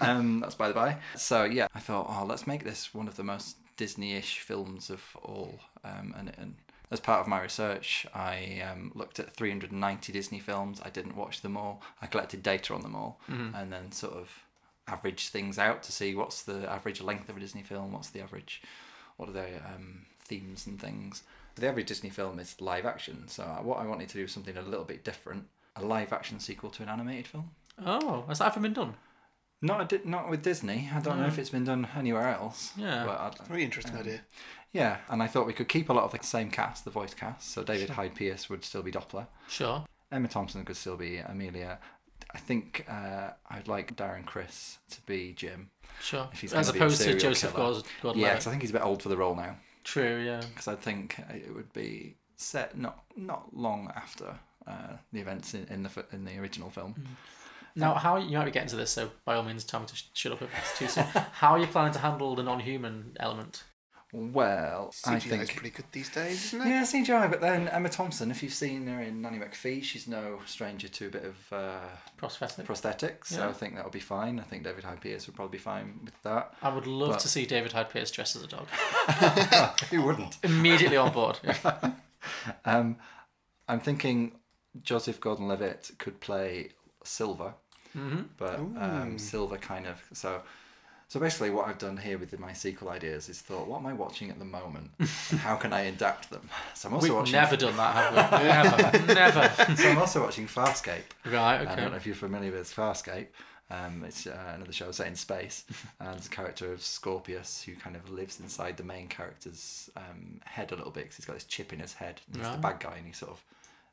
D: um, that's by the by. So yeah, I thought, oh, let's make this one of the most Disney-ish films of all. Um, and, and as part of my research, I um, looked at 390 Disney films. I didn't watch them all. I collected data on them all,
B: Mhm.
D: and then sort of average things out to see what's the average length of a Disney film, what's the average, what are their um, themes and things. The average Disney film is live action, so uh, what I wanted to do was something a little bit different, a live action sequel to an animated film.
B: oh, has that ever been done?
D: Not a di- not with Disney. I don't know
B: No.
D: if it's been done anywhere else.
B: Yeah.
D: but I'd,
A: Very interesting
D: um,
A: idea.
D: Yeah, and I thought we could keep a lot of the same cast, the voice cast. So David Hyde Pierce would still be Doppler.
B: Sure.
D: Emma Thompson could still be Amelia. I think uh, I'd like Darren Chris to be Jim.
B: Sure.
D: If he's
B: As
D: gonna be a
B: opposed to
D: serial
B: Joseph
D: killer.
B: God. God
D: yeah, because I think he's a bit old for the role now.
B: True. Yeah.
D: Because I think it would be set not not long after uh, the events in, in the fi- in the original film.
B: Now, how you might be getting to this, so by all means, tell me to sh- shut up if it's too soon. how are you planning to handle the non-human element? Mm.
D: Well,
A: CGI
D: I
A: is
D: think
A: pretty good these days, isn't it?
D: Yeah, CGI. But then Emma Thompson, if you've seen her in Nanny McPhee, she's no stranger to a bit of uh,
B: Prosthetic.
D: prosthetics. So
B: Yeah.
D: I think that'll be fine. I think David Hyde Pierce would probably be fine with that.
B: I would love
D: But-
B: to see David Hyde Pierce dressed as a dog.
D: Who wouldn't?
B: Immediately on board.
D: Um, I'm thinking Joseph Gordon-Levitt could play Silver,
B: Mhm.
D: but um, Silver kind of so. So basically, what I've done here with my sequel ideas is thought, what am I watching at the moment? and how can I adapt them? So I'm also
B: We've
D: watching.
B: never done that, have we? never, never.
D: so I'm also watching Farscape.
B: Right.
D: I don't know
B: Okay.
D: if you're familiar with Farscape. Um, it's uh, another show set in space, and it's a character of Scorpius who kind of lives inside the main character's um, head a little bit because he's got this chip in his head. And he's the
B: Right.
D: bad guy, and he sort of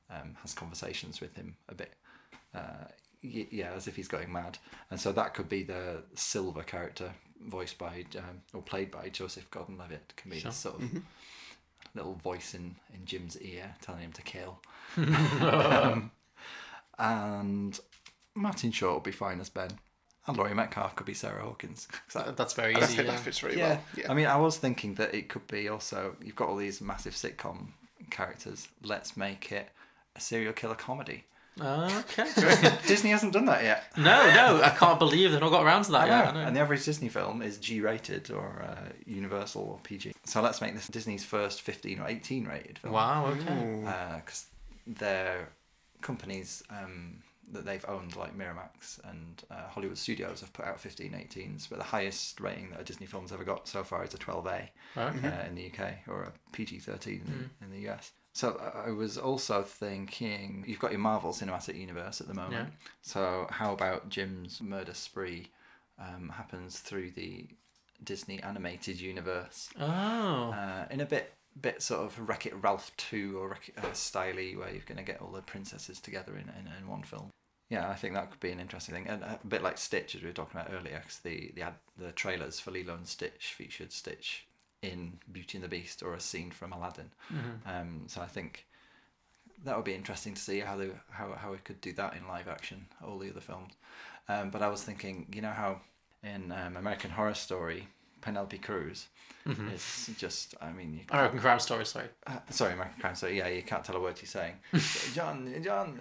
D: um, has conversations with him a bit. Uh, y- yeah, as if he's going mad. And so that could be the Silver character, voiced by um, or played by Joseph Gordon-Levitt, can be
B: Sure.
D: this sort of little voice in in Jim's ear telling him to kill. Um, and Martin Short will be fine as Ben. And Laurie Metcalf could be Sarah Hawkins. 'Cause that-
B: That's very
A: That
B: easy.
A: fit-
B: yeah.
A: that fits very
D: yeah.
A: well. Yeah.
D: I mean, I was thinking that it could be also, you've got all these massive sitcom characters. Let's make it a serial killer comedy.
B: Okay.
D: Disney hasn't done that yet.
B: No, no, I can't believe they've not got around to that
D: I
B: yet.
D: know.
B: I know.
D: And the average Disney film is G rated or uh, Universal or PG. So let's make this Disney's first 15 or 18 rated film.
B: Wow, okay.
D: Because Uh, their companies um, that they've owned, like Miramax and uh, Hollywood Studios, have put out 15 18s, but the highest rating that a Disney film's ever got so far is a 12A
B: Okay.
D: uh, in the UK or a PG 13 in the US. So uh, I- I was also thinking, you've got your Marvel Cinematic Universe at the moment. So how about Jim's murder spree um, happens through the Disney animated universe?
B: Oh.
D: Uh, in a bit, bit sort of Wreck It Ralph two or Wreck-It, uh, Styly, where you're going to get all the princesses together in, in, in one film. Yeah, I think that could be an interesting thing, and uh, a bit like Stitch as we were talking about earlier, 'cause the the ad, the trailers for Lilo and Stitch featured Stitch in Beauty and the Beast or a scene from Aladdin.
B: Mhm.
D: Um, so I think that would be interesting to see how they how how we could do that in live action. All the other films, um, but I was thinking, you know how in um, American Horror Story, Penelope Cruz
B: Mhm.
D: is just. I mean, you
B: American Crime Story, sorry.
D: uh, sorry, American Crime Story. Yeah, you can't tell a word she's saying. John, John.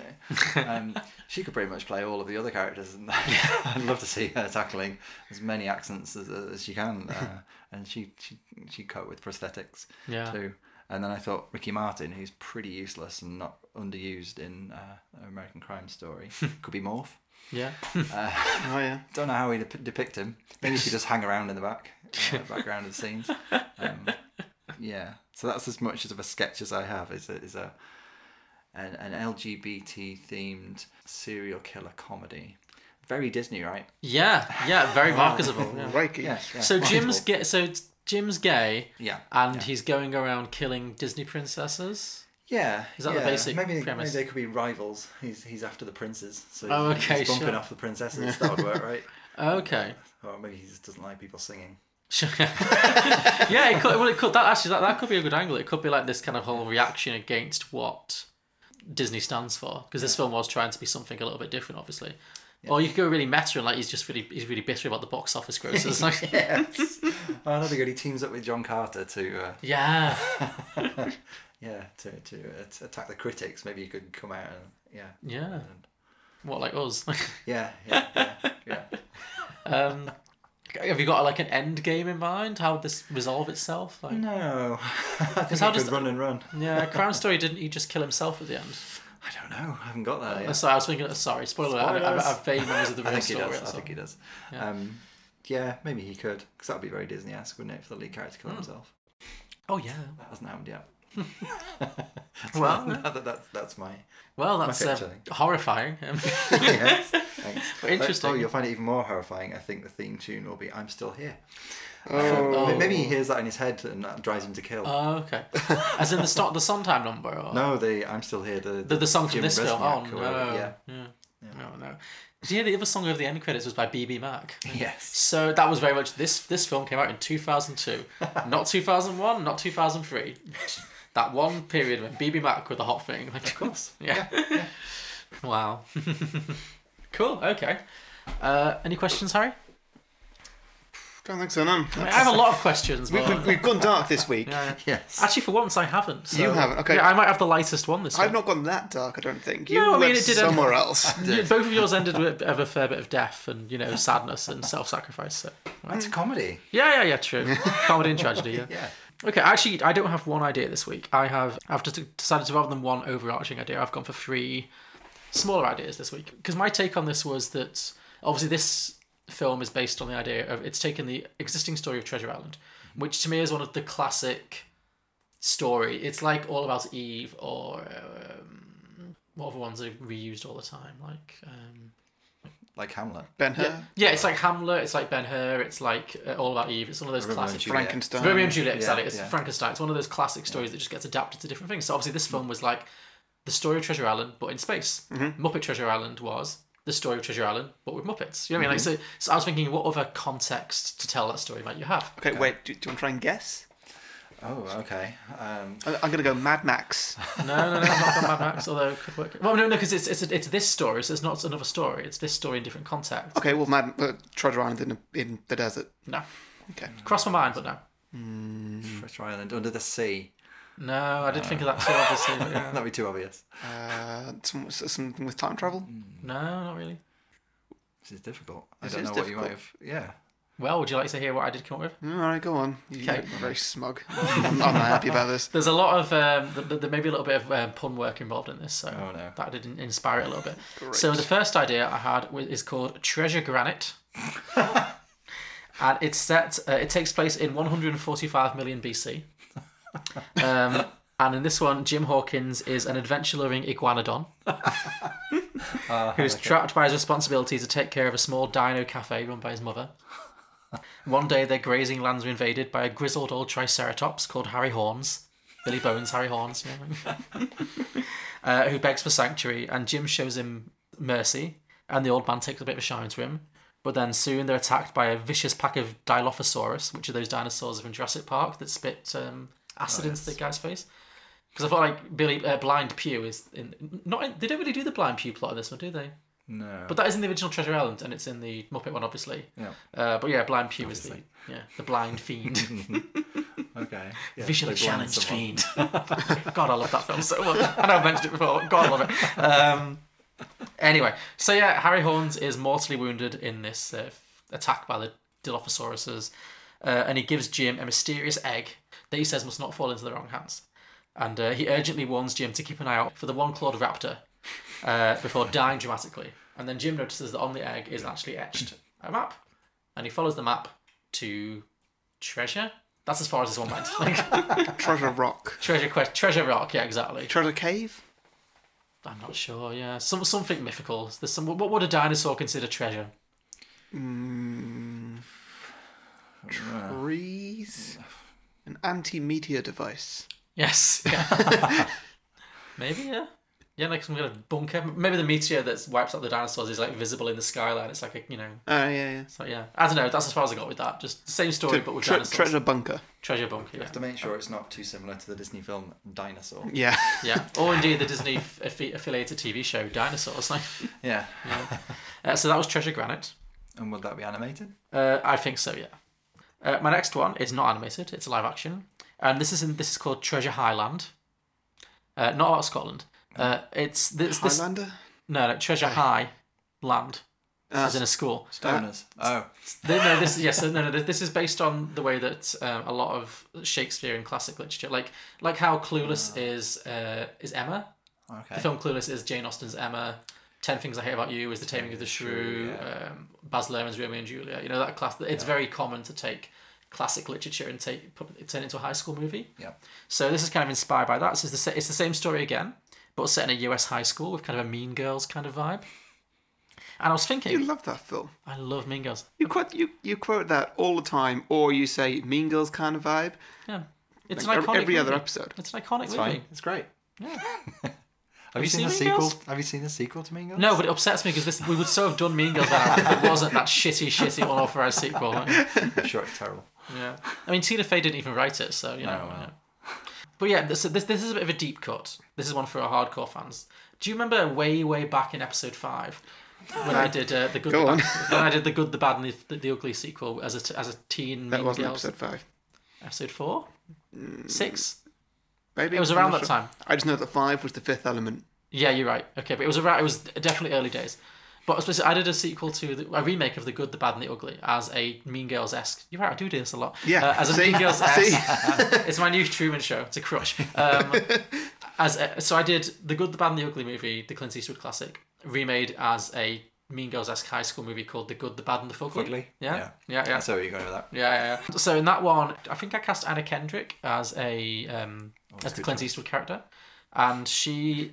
D: Um, she could pretty much play all of the other characters, and I'd love to see her tackling as many accents as, as she can. Uh, and she she she cope with prosthetics
B: Yeah.
D: too. And then I thought Ricky Martin, who's pretty useless and not underused in uh, American Crime Story, could be Morph.
B: Yeah.
D: Uh,
A: oh yeah.
D: Don't know how we dep- depict him. Maybe he could just hang around in the back, uh, background of the scenes. Um, yeah. So that's as much of a sketch as I have. Is a, is a an, an LGBT themed serial killer comedy. Very Disney, right?
B: Yeah, yeah, very marketable. Yeah.
A: Reiki.
D: Oh. Yeah, yeah.
B: So Jim's Uh,
D: Marketable.
B: gay. So t- Jim's gay.
D: Yeah,
B: And
D: yeah.
B: he's going around killing Disney princesses.
D: Yeah,
B: Is that the
D: yeah.
B: basic
D: Maybe,
B: premise?
D: maybe they could be rivals. He's he's after the princes, so
B: Oh,
D: he's,
B: okay,
D: he's bumping
B: sure.
D: off the princesses. That would work, right?
B: Okay.
D: Or maybe he just doesn't like people singing.
B: yeah, it could, well, it could. That actually, that, that could be a good angle. It could be like this kind of whole reaction against what Disney stands for, because this film was trying to be something a little bit different, obviously. Or you could go really meta and like he's just really he's really bitter about the box office grosses. Like,
D: yes. oh, that'd be good. He teams up with John Carter to uh,
B: yeah,
D: yeah, to to, uh, to attack the critics. Maybe you could come out and yeah,
B: yeah. What like us?
D: yeah, yeah, yeah. yeah.
B: um, have you got like an end game in mind? How would this resolve itself? Like,
D: No, I think
B: how
D: he
B: does
D: could
B: the-
D: run and run.
B: yeah, Crime Story didn't he just kill himself at the end?
D: I don't know. I haven't got that
B: Oh,
D: yet.
B: Sorry, I was thinking. Sorry, spoiler. alert, I, I, I have vague memories of the
D: I
B: real
D: think he
B: story.
D: does. I
B: that's all.
D: think he does.
B: Yeah.
D: Um, yeah, maybe he could, because that'd be very Disney-esque, wouldn't it, for the lead character to
B: Hmm.
D: kill himself?
B: Oh yeah.
D: That hasn't happened yet.
B: Well,
D: that, that, that's that's my
B: Well, that's uh,
D: picture.
B: horrifying. Um,
D: yes, thanks. But- Oh,
B: Interesting.
D: you'll find it even more horrifying. I think the theme tune will be "I'm Still Here."
A: Oh.
D: May- Maybe he hears that in his head and that drives him to kill.
B: oh, okay. As in the start, the Sondheim number, or
D: No, the I'm still here. The
B: Oh. the, the song from
D: Jim
B: this film.
D: Resniak
B: Oh
D: or
B: no,
D: whatever,
B: yeah. Oh no. Did you hear the other song over the end credits was by BB Mac?
D: Yes.
B: So that was very much this. This film came out in two thousand two, not two thousand one, not two thousand three. That one period when BB Mac were the hot thing. Like, of course. Yeah. Wow. cool. Okay. Uh, any questions, Harry?
A: Don't think so. None.
B: I, mean, I have a lot of questions.
A: We,
B: but-
A: we, we've gone dark this week.
B: Yeah.
D: Yes.
B: Actually, for once, I haven't. so-
A: You haven't, okay.
B: Yeah, I might have the lightest one this
A: I've
B: time.
A: not gone that dark. I don't think. You
B: No, I mean,
A: went
B: it did end-
A: somewhere else.
B: Both of yours ended with of a fair bit of death and you know sadness and self-sacrifice. So
D: That's a comedy.
B: yeah, yeah, yeah, true. Comedy and tragedy. Yeah.
D: Yeah.
B: Okay, actually, I don't have one idea this week. I have I've just decided to rather than one overarching idea, I've gone for three smaller ideas this week because my take on this was that obviously this film is based on the idea of it's taken the existing story of Treasure Island, which to me is one of the classic story. It's like All About Eve or um, what other ones are reused all the time, like. Um,
D: Like Hamlet.
A: Ben Hur.
B: yeah, it's like Hamlet, it's like Ben Hur, it's like uh, All About Eve. It's one of those
D: Romeo and
B: classic
D: Juliet.
A: Frankenstein.
B: Romeo and Juliet,
D: Yeah,
B: exactly. It's
D: yeah.
B: Frankenstein. It's one of those classic stories that just gets adapted to different things. So obviously, this film was like the story of Treasure Island, but in space. Muppet Treasure Island was the story of Treasure Island, but with Muppets. You know what I mean? Like, so, so I was thinking, what other context to tell that story might you have?
A: Okay, wait. Do, do you want to try and guess?
D: Oh, okay. Um,
A: I- I'm gonna go Mad Max.
B: No, no, no, not Mad Max. Although it could work. Well, no, no, because it's it's it's this story, so it's not another story. It's this story in different context.
A: Okay, well, Mad uh, Treasure Island in, in the desert.
B: No,
A: Okay.
B: cross my mind, but no.
D: Hmm. Treasure Island under the sea.
B: No, I did think of that too, obviously. But yeah.
D: That'd be too obvious.
A: Uh, some, something with time travel?
B: No, not really.
D: This is difficult.
A: This
D: I don't
A: is
D: know what you might have.
A: difficult.
D: Yeah.
B: Well, would you like to hear what I did come up with?
A: All right, go on. You
B: Okay.
A: look very smug. I'm not happy about this.
B: There's a lot of um, th- th- there may be a little bit of um, pun work involved in this, so that did in- inspire it a little bit. So the first idea I had wi- is called Treasure Granite, and it's set. Uh, it takes place in 145 million BC, um, and in this one, Jim Hawkins is an adventure-loving iguanodon who's trapped by his responsibility to take care of a small dino cafe run by his mother. One day, their grazing lands are invaded by a grizzled old triceratops called Harry Horns. Billy Bones, Harry Horns, you know. uh, who begs for sanctuary, and Jim shows him mercy, and the old man takes a bit of a shine to him. But then soon they're attacked by a vicious pack of Dilophosaurus, which are those dinosaurs from Jurassic Park that spit um, acid into the guy's face. Because I thought like Billy uh, Blind Pew is in, not in, they don't really do the Blind Pew plot in this one, do they?
D: No.
B: But that is in the original Treasure Island, and it's in the Muppet one, obviously.
D: Yeah.
B: Uh, but yeah, Blind Pew is the yeah the blind fiend,
D: Okay. Yeah,
B: visually
D: they blind
B: challenged
D: someone.
B: fiend. God, I love that film so much. I know I've mentioned it before. God, I love it. Um, anyway, so yeah, Harry Horns is mortally wounded in this uh, attack by the Dilophosaurus, uh, and he gives Jim a mysterious egg that he says must not fall into the wrong hands. And uh, he urgently warns Jim to keep an eye out for the one clawed raptor uh, before dying dramatically. And then Jim notices that on the egg is actually etched a map, and he follows the map to treasure. That's as far as this one went. Like,
A: Treasure Rock.
B: treasure quest, treasure rock. Yeah, exactly.
A: Treasure Cave?
B: I'm not sure. Yeah, some something mythical. There's some. What would a dinosaur consider treasure?
A: Mm,
B: Uh,
A: trees? An anti meteor device.
B: Yes. Yeah. Maybe yeah. Yeah, like some kind of bunker. Maybe the meteor that wipes out the dinosaurs is like visible in the skyline. It's like a you know.
A: Oh, yeah, yeah.
B: So yeah, I don't know. That's as far as I got with that. Just the same story, but with
A: Tre-
B: dinosaurs.
A: treasure Bunker.
B: Treasure bunker. Yeah.
D: To make sure it's not too similar to the Disney film Dinosaur.
A: Yeah.
B: yeah, or indeed the Disney f- affi- affiliated TV show Dinosaurs. Like,
D: Yeah.
B: yeah. Uh, so that was Treasure Granite.
D: And would that be animated?
B: Uh, I think so. Yeah. Uh, my next one is not animated; it's live action, and this is in, this is called Treasure Highland. Uh, not about Scotland. Uh, it's this, this
A: Highlander?
B: no no Treasure High Land. as in a school.
D: Stoners. oh.
B: Th- no, this yes, no, no. This is based on the way that um, a lot of Shakespearean classic literature, like like how Clueless is uh, is Emma.
D: Okay.
B: The film Clueless is Jane Austen's Emma. Ten Things I Hate About You is The Taming of the Shrew. Um, Baz Luhrmann's Romeo and Juliet. You know that class. It's very common to take classic literature and take put, turn it into a high school movie.
D: Yeah.
B: So this is kind of inspired by that. So it's the, sa- it's the same story again, but set in a US high school with kind of a Mean Girls kind of vibe. And I was thinking,
A: You love that film.
B: I love Mean Girls.
A: You quote you, you quote that all the time, or you say Mean Girls kind of vibe.
B: Yeah. It's
A: Like,
B: an
A: ev-
B: iconic
A: every other
B: movie.
A: episode.
B: It's an iconic
D: It's
B: movie.
D: fine. It's great.
B: Yeah.
D: Have you
B: you
D: seen the
B: seen Mean
D: sequel?
B: Girls?
D: Have you seen the sequel to Mean Girls?
B: No, but it upsets me because this we would so have done Mean Girls better if it wasn't that shitty, shitty one authorized sequel.
D: I'm sure it's terrible.
B: Yeah. I mean, Tina Fey didn't even write it, so you know.
A: Oh,
D: well.
B: yeah. But yeah, this, this this is a bit of a deep cut. This is one for our hardcore fans. Do you remember way way back in episode five when I did uh, the good
A: Go
B: the
A: on.
B: Bad, when I did the good the bad and the, the, ugly sequel as a t- as a teen
A: That
B: Mean
A: wasn't
B: Girls
A: episode Mm. five.
B: episode four six
A: Maybe
B: It was
A: I'm
B: around
A: not
B: that
A: sure.
B: time.
A: I just know that five was the fifth element.
B: Yeah, you're right. Okay, but it was around. It was definitely early days. But I suppose I did a sequel to the, a remake of The Good, the Bad, and the Ugly as a Mean Girls esque. You're right, I do do this a lot.
A: Yeah,
B: Uh, as a
A: see?
B: Mean Girls
A: See?
B: esque. it's my new Truman Show. It's a crush. Um, as a, so I did The Good, the Bad, and the Ugly movie, the Clint Eastwood classic, remade as a Mean Girls esque high school movie called The Good, the Bad, and the Fugly.
D: Ugly?
B: Yeah, yeah, yeah.
D: That's where you're going with that.
B: Yeah, yeah, yeah. So in that one, I think I cast Anna Kendrick as a um, as the Clint Eastwood character, and she,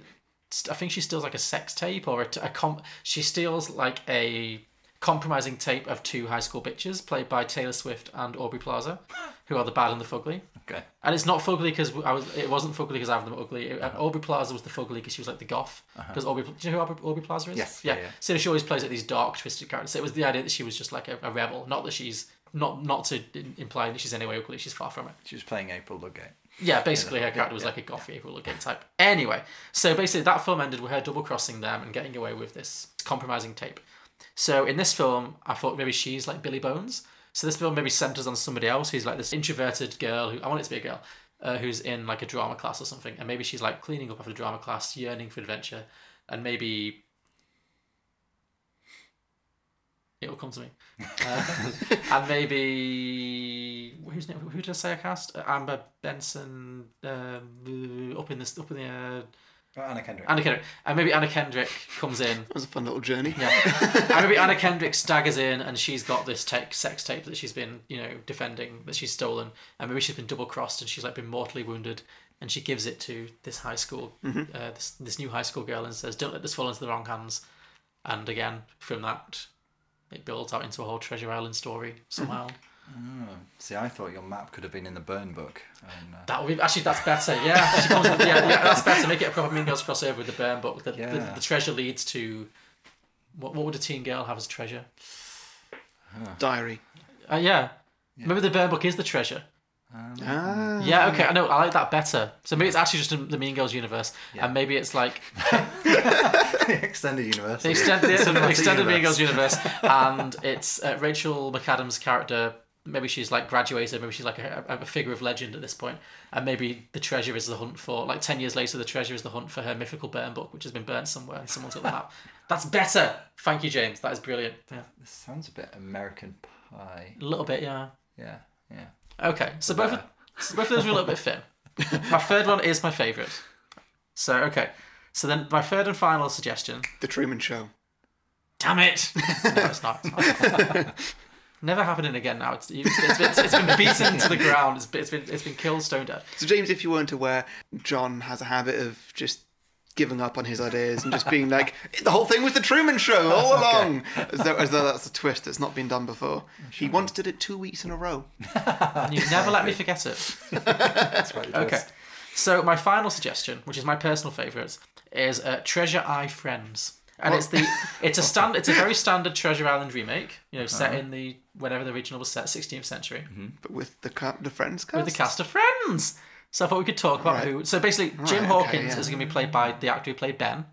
B: st- I think she steals like a sex tape or a, t- a com. She steals like a compromising tape of two high school bitches played by Taylor Swift and Aubrey Plaza, who are the bad and the fugly.
D: Okay.
B: And it's not fugly because I was. It wasn't fugly because I have them ugly. It,
D: Uh-huh.
B: and Aubrey Plaza was the fugly because she was like the goth. Because Aubrey, do you know who Aubrey, Aubrey Plaza is?
D: Yes,
B: Yeah.
D: yeah, yeah.
B: So she always plays like these dark, twisted characters. So it was the idea that she was just like a, a rebel. Not that she's not not to in- imply that she's anyway ugly. She's far from it.
D: She was playing April Ludgate.
B: Yeah, basically her character was like a gothy April Ludgate type. Anyway, so basically that film ended with her double crossing them and getting away with this compromising tape. So in this film, I thought maybe she's like Billy Bones. So this film maybe centers on somebody else who's like this introverted girl who I want it to be a girl uh, who's in like a drama class or something, and maybe she's like cleaning up after drama class, yearning for adventure, and maybe it will come to me. Uh, and maybe who's na- who did I say I cast? Uh, Amber Benson um, up in this up in the. Uh,
D: Anna Kendrick.
B: Anna Kendrick. And maybe Anna Kendrick comes in. That
A: was a fun little journey.
B: Yeah. and maybe Anna Kendrick staggers in and she's got this tech, sex tape that she's been, you know, defending that she's stolen. And maybe she's been double crossed and she's like been mortally wounded. And she gives it to this high school,
A: Mhm.
B: uh, this, this new high school girl and says, don't let this fall into the wrong hands. And again, from that, it builds out into a whole Treasure Island story somehow.
D: Oh, see, I thought your map could have been in the burn book. And, uh,
B: That would be actually that's better. Yeah, she comes with, yeah, yeah, that's better. Make it a proper Mean Girls crossover with the burn book. The, the-
D: Yeah.
B: the, treasure leads to what? What would a teen girl have as treasure?
A: Diary.
B: Uh, yeah. maybe the burn book is the treasure.
A: Ah.
B: Yeah, okay, I know. I like that better. So maybe it's actually just in the Mean Girls universe, and maybe it's like
D: the extended universe.
B: the extended,
D: It's
B: the
D: another
B: extended Mean
D: universe.
B: Girls universe, and it's uh, Rachel McAdams' character. Maybe she's like graduated. Maybe she's like a, a a figure of legend at this point, and maybe the treasure is the hunt for. Like ten years later, the treasure is the hunt for her mythical burn book, which has been burnt somewhere, and someone's got the map. That's better. Thank you, James. That is brilliant. Yeah,
D: This sounds a bit American Pie.
B: a little bit. Yeah.
D: Yeah, yeah.
B: Okay, so both of, so both of those were a little bit thin. My third one is my favourite. So okay, so then my third and final suggestion.
A: The Truman Show.
B: Damn it! No, it's not. It's not. Never happening again. Now it's it's, it's, been, it's been beaten to the ground. It's been it's been it's been killed stone dead.
A: So, James, if you weren't aware, John has a habit of just giving up on his ideas and just being like, the whole thing was the Truman Show all along, as, though, as though that's a twist that's not been done before. He once did it two weeks in a row.
B: And you never let me forget it. Okay. So my final suggestion, which is my personal favourite, is uh, Treasure Eye Friends, and it's the it's a stand it's a very standard Treasure Island remake. You know, set
A: Uh-huh.
B: in the whenever the original was set, 16th century.
A: But with the ca- the Friends cast?
B: with the cast of Friends. So I thought we could talk about who. So basically,
A: Right,
B: Jim
A: okay,
B: Hawkins
A: yeah. Ah.
B: is going to be played by the actor who played Ben.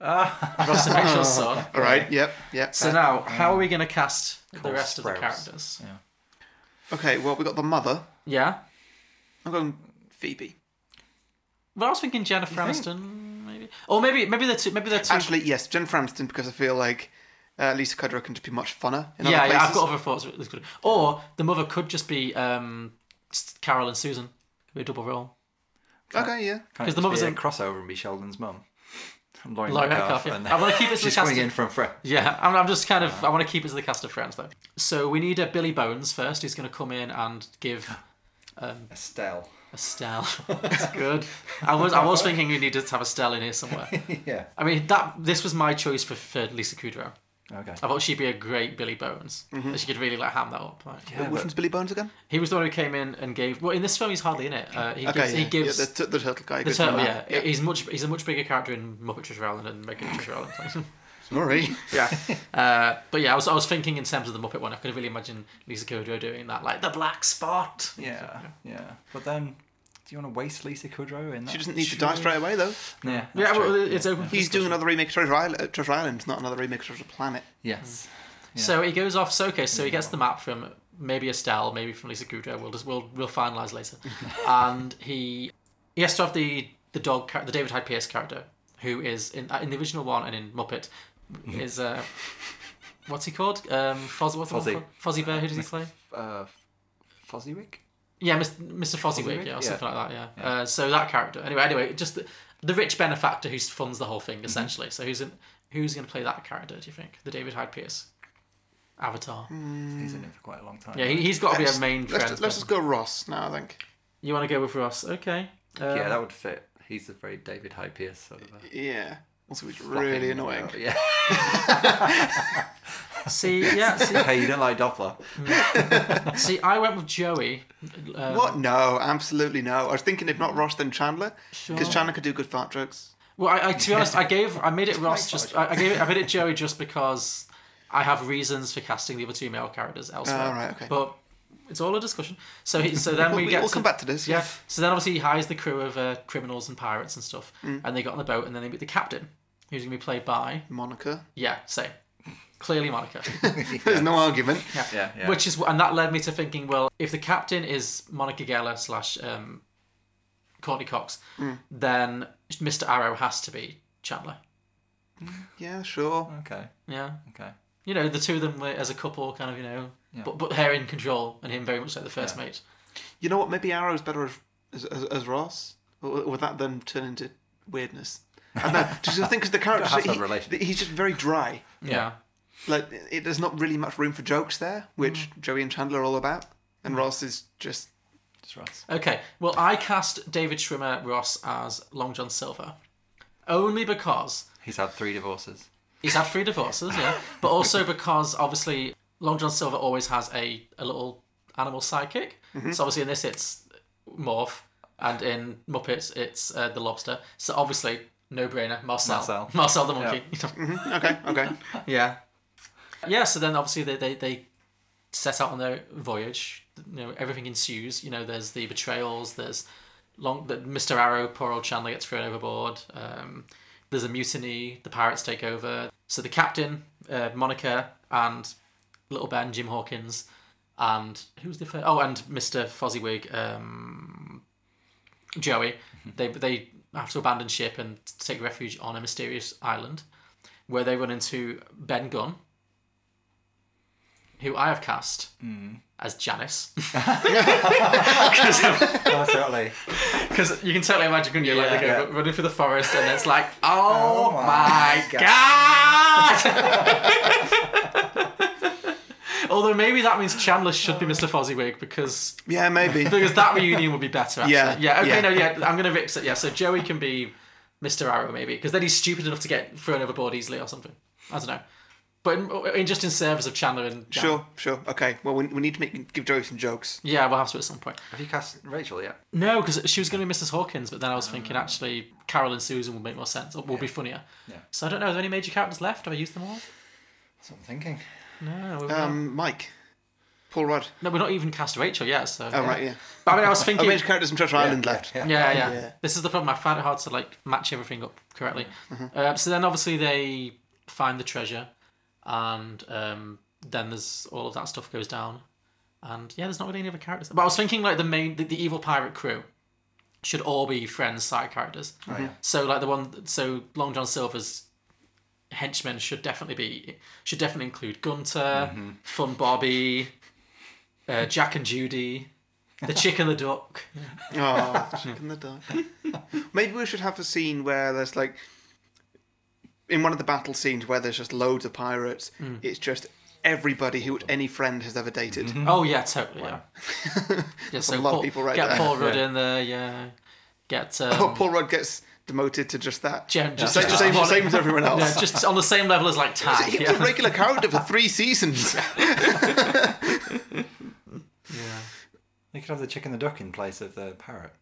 B: Ross and Rachel's son.
A: All right, yep, yep.
B: So
A: Uh,
B: now, how are we going to cast the
D: Cole
B: rest of
D: Sprouse.
B: the characters?
D: Yeah.
A: Okay, well, we got the mother.
B: Yeah.
A: I'm going Phoebe.
B: Well, I was thinking Jennifer Aniston, maybe, or maybe maybe they're two, maybe they're two.
A: Actually, yes, Jen Framston, because I feel like uh, Lisa Kudrow can just be much funner in other
B: yeah, yeah,
A: places.
B: I've got other thoughts. with this could- Or the mother could just be um, S- Carol and Susan. Could be a double role.
A: Okay, yeah.
D: Because
B: the
D: the
B: mother's
D: mother's a
B: in-
D: crossover and be Sheldon's mum. I'm Lauren
B: Lauren
D: Metcalf,
B: Metcalf, yeah.
D: and
B: I wanna keep it to the
D: She's
B: cast
D: coming
B: of-
D: in from Fred.
B: Yeah, I'm, I'm just kind of. I want to keep it to the cast of Friends though. So we need a Billy Bones first, who's going to come in and give
D: Estelle.
B: Estelle. That's good. I was I was thinking we needed to have Estelle in here somewhere.
D: Yeah.
B: I mean that this was my choice for, for Lisa Kudrow.
D: Okay.
B: I thought she'd be a great Billy Bones.
A: Mm-hmm.
B: She could really like ham that up. like.
D: Yeah,
A: Which one's Billy Bones again?
B: He was the one who came in and gave. Well, in this film he's hardly in it. Uh, he
A: Okay,
B: gives.
A: yeah.
B: He gives
A: yeah, the, the turtle guy.
B: the
A: goes to
B: turtle. Yeah.
A: map.
B: he's much. He's a much bigger character in Muppet Treasure Island and Megan Treasure Island.
A: Sorry.
B: yeah. Uh, but yeah, I was I was thinking in terms of the Muppet one. I could really imagine Lisa Kudrow doing that, like the black spot.
D: yeah, yeah. But then, do you want to waste Lisa Kudrow in that?
A: She doesn't need to die straight away, though.
D: Yeah.
B: Yeah,
D: that's
B: well,
D: true.
B: it's open. for
A: He's doing
B: discussion.
A: another remake of Treasure Island, uh, Treasure Island, not another remake of Treasure Planet.
B: Mm.
D: Yes.
B: So he goes off. So okay, so he gets the map from maybe Estelle, maybe from Lisa Kudrow. We'll just we'll we'll finalize later. and he he has to have the the dog char- the David Hyde Pierce character who is in uh, in the original one and in Muppet
D: Mm-hmm.
B: is uh what's he called um Foz, what's the one
D: Fozzie.
B: called? Fozzie Bear who does he play
D: Uh, Fozziewig.
B: yeah Mr. Mr. Fozziewig
D: Fozziewig?
B: yeah or
D: Yeah.
B: something like that yeah, Uh, so that character anyway anyway just the, the rich benefactor who funds the whole
D: Mm-hmm.
B: thing essentially so who's in, who's going to play that character do you think the David Hyde Pierce Avatar
D: Hmm. He's in it for quite a long time.
B: Yeah, he, he's got to be a
A: Let's-
B: main
A: Let's,
B: friend.
A: ju- let's just go Ross now. I think.
B: You want to go with Ross? Okay. Uh,
D: yeah, that would fit. He's a very David Hyde Pierce sort of. a
A: Yeah. Also, he's
D: flapping
A: really annoying.
D: about. Yeah.
B: see, yeah, see,
D: hey, you don't like Doppler.
B: see, I went with Joey. Um,
A: What? No, absolutely no. I was thinking if not Ross, then Chandler, because Chandler could do good fart jokes.
B: Well, I, I to be honest, I gave, I made it Ross just, I, I gave it, I made it Joey just because I have reasons for casting the other two male characters elsewhere.
A: Ah, right, okay.
B: But it's all a discussion. So, he, so then we
A: We-
B: get.
A: we'll come back to this,
B: Yeah.
A: yeah.
B: So then obviously he hires the crew of uh, criminals and pirates and stuff,
A: Mm.
B: and they got on the boat, and then they meet the captain, who's going to be played by,
A: Monica.
B: yeah, same, clearly Monica.
A: There's no argument.
D: Yeah, yeah.
B: Which is and that led me to thinking, well, if the captain is Monica Geller slash um, Courtney Cox,
A: Mm.
B: then Mr. Arrow has to be Chandler.
A: Yeah, sure.
D: Okay.
B: Yeah.
D: Okay.
B: You know, the two of them were as a couple, kind of, you know,
A: Yeah.
B: but but her in control and him very much like the first mate.
A: You know what? Maybe Arrow's better as as, as, as Ross. Or, would that then turn into weirdness? And that, just think because the character
D: have to
A: he-
D: have a relation.
A: he's just very dry.
B: Yeah.
A: Like it- it, there's not really much room for jokes there, which
B: Mm.
A: Joey and Chandler are all about, and Ross is just
D: just Ross.
B: Okay. Well, I cast David Schwimmer Ross as Long John Silver, only because
D: He's had three divorces.
B: He's had three divorces, yeah. But also because obviously Long John Silver always has a, a little animal sidekick.
D: Mhm.
B: So obviously in this it's Morph, and in Muppets it's uh, the Lobster. So obviously no brainer, Marcel.
D: Marcel.
B: Marcel, the monkey.
A: okay, okay.
B: Yeah. Yeah. So then obviously they, they they set out on their voyage. You know everything ensues. You know there's the betrayals. There's long that Mr. Arrow, poor old Chandler gets thrown overboard. Um, there's a mutiny. The pirates take over. So the captain, uh, Monica, and little Ben, Jim Hawkins, and who's the first? Oh, and Mr. Fozziwig, um, Joey. They they have to abandon ship and take refuge on a mysterious island, where they run into Ben Gunn, who I have cast
D: Mm.
B: as Janice.
D: Oh, totally.
B: Because you can totally imagine, couldn't you? Like they go
D: Yeah.
B: ru- running through the forest, and it's like, oh,
D: my
B: my god! Although maybe that means Chandler should be Mr. Fozziwig because
A: yeah, maybe
B: because that reunion would be better. Actually.
A: Yeah,
B: Yeah, yeah. Okay,
A: yeah.
B: no, yeah. I'm gonna fix it. Yeah, so Joey can be Mr. Arrow maybe because then he's stupid enough to get thrown overboard easily or something. I don't know, but in, in just in service of Chandler and Jan.
A: sure, sure. Okay, well we, we need to make give Joey some jokes.
B: Yeah, we'll have to at some point.
D: Have you cast Rachel yet?
B: No, because she was going to be Mrs. Hawkins, but then I was thinking actually Carol and Susan will make more sense, or will be funnier.
D: Yeah.
B: So I don't know. Are there any major characters left? Have I used them all?
D: That's what I'm thinking.
B: No. we've not.
A: Um, Mike, Paul Rudd.
B: No, we're not even cast Rachel yet. So.
A: Oh right, yeah.
B: But I mean, I was thinking.
A: Oh, major characters from Treasure Island left.
B: Yeah, yeah. This is the problem. I found it hard to like match everything up correctly.
D: Mm-hmm.
B: Uh, so then, obviously, they find the treasure, and um, then there's all of that stuff goes down, and yeah, there's not really any other characters. But I was thinking like the main, the, the evil pirate crew, should all be Friends side characters.
D: Oh, yeah.
B: So like the one, so Long John Silver's henchmen should definitely be should definitely include Gunter,
D: Mm-hmm.
B: Fun Bobby, uh, Jack and Judy, the chick and the duck.
A: Oh, Chick in the Dark. Maybe we should have a scene where there's like, in one of the battle scenes where there's just loads of pirates,
B: Mm.
A: it's just everybody who any friend has ever dated.
B: Oh yeah, totally. Yeah. yeah
A: That's a
B: so
A: lot
B: Paul,
A: of people right
B: get
A: there.
B: Paul Rudd
A: Yeah.
B: in there. Yeah. Get um,
A: oh, Paul Rudd gets demoted to just that.
B: Jen-
A: just same,
B: just- just-
A: same,
B: just-
A: same as everyone else.
B: Yeah, just on the same level as like Tag.
A: he was a
B: yeah.
A: regular character for three seasons.
B: Yeah.
D: You could have the chicken and the duck in place of the parrot.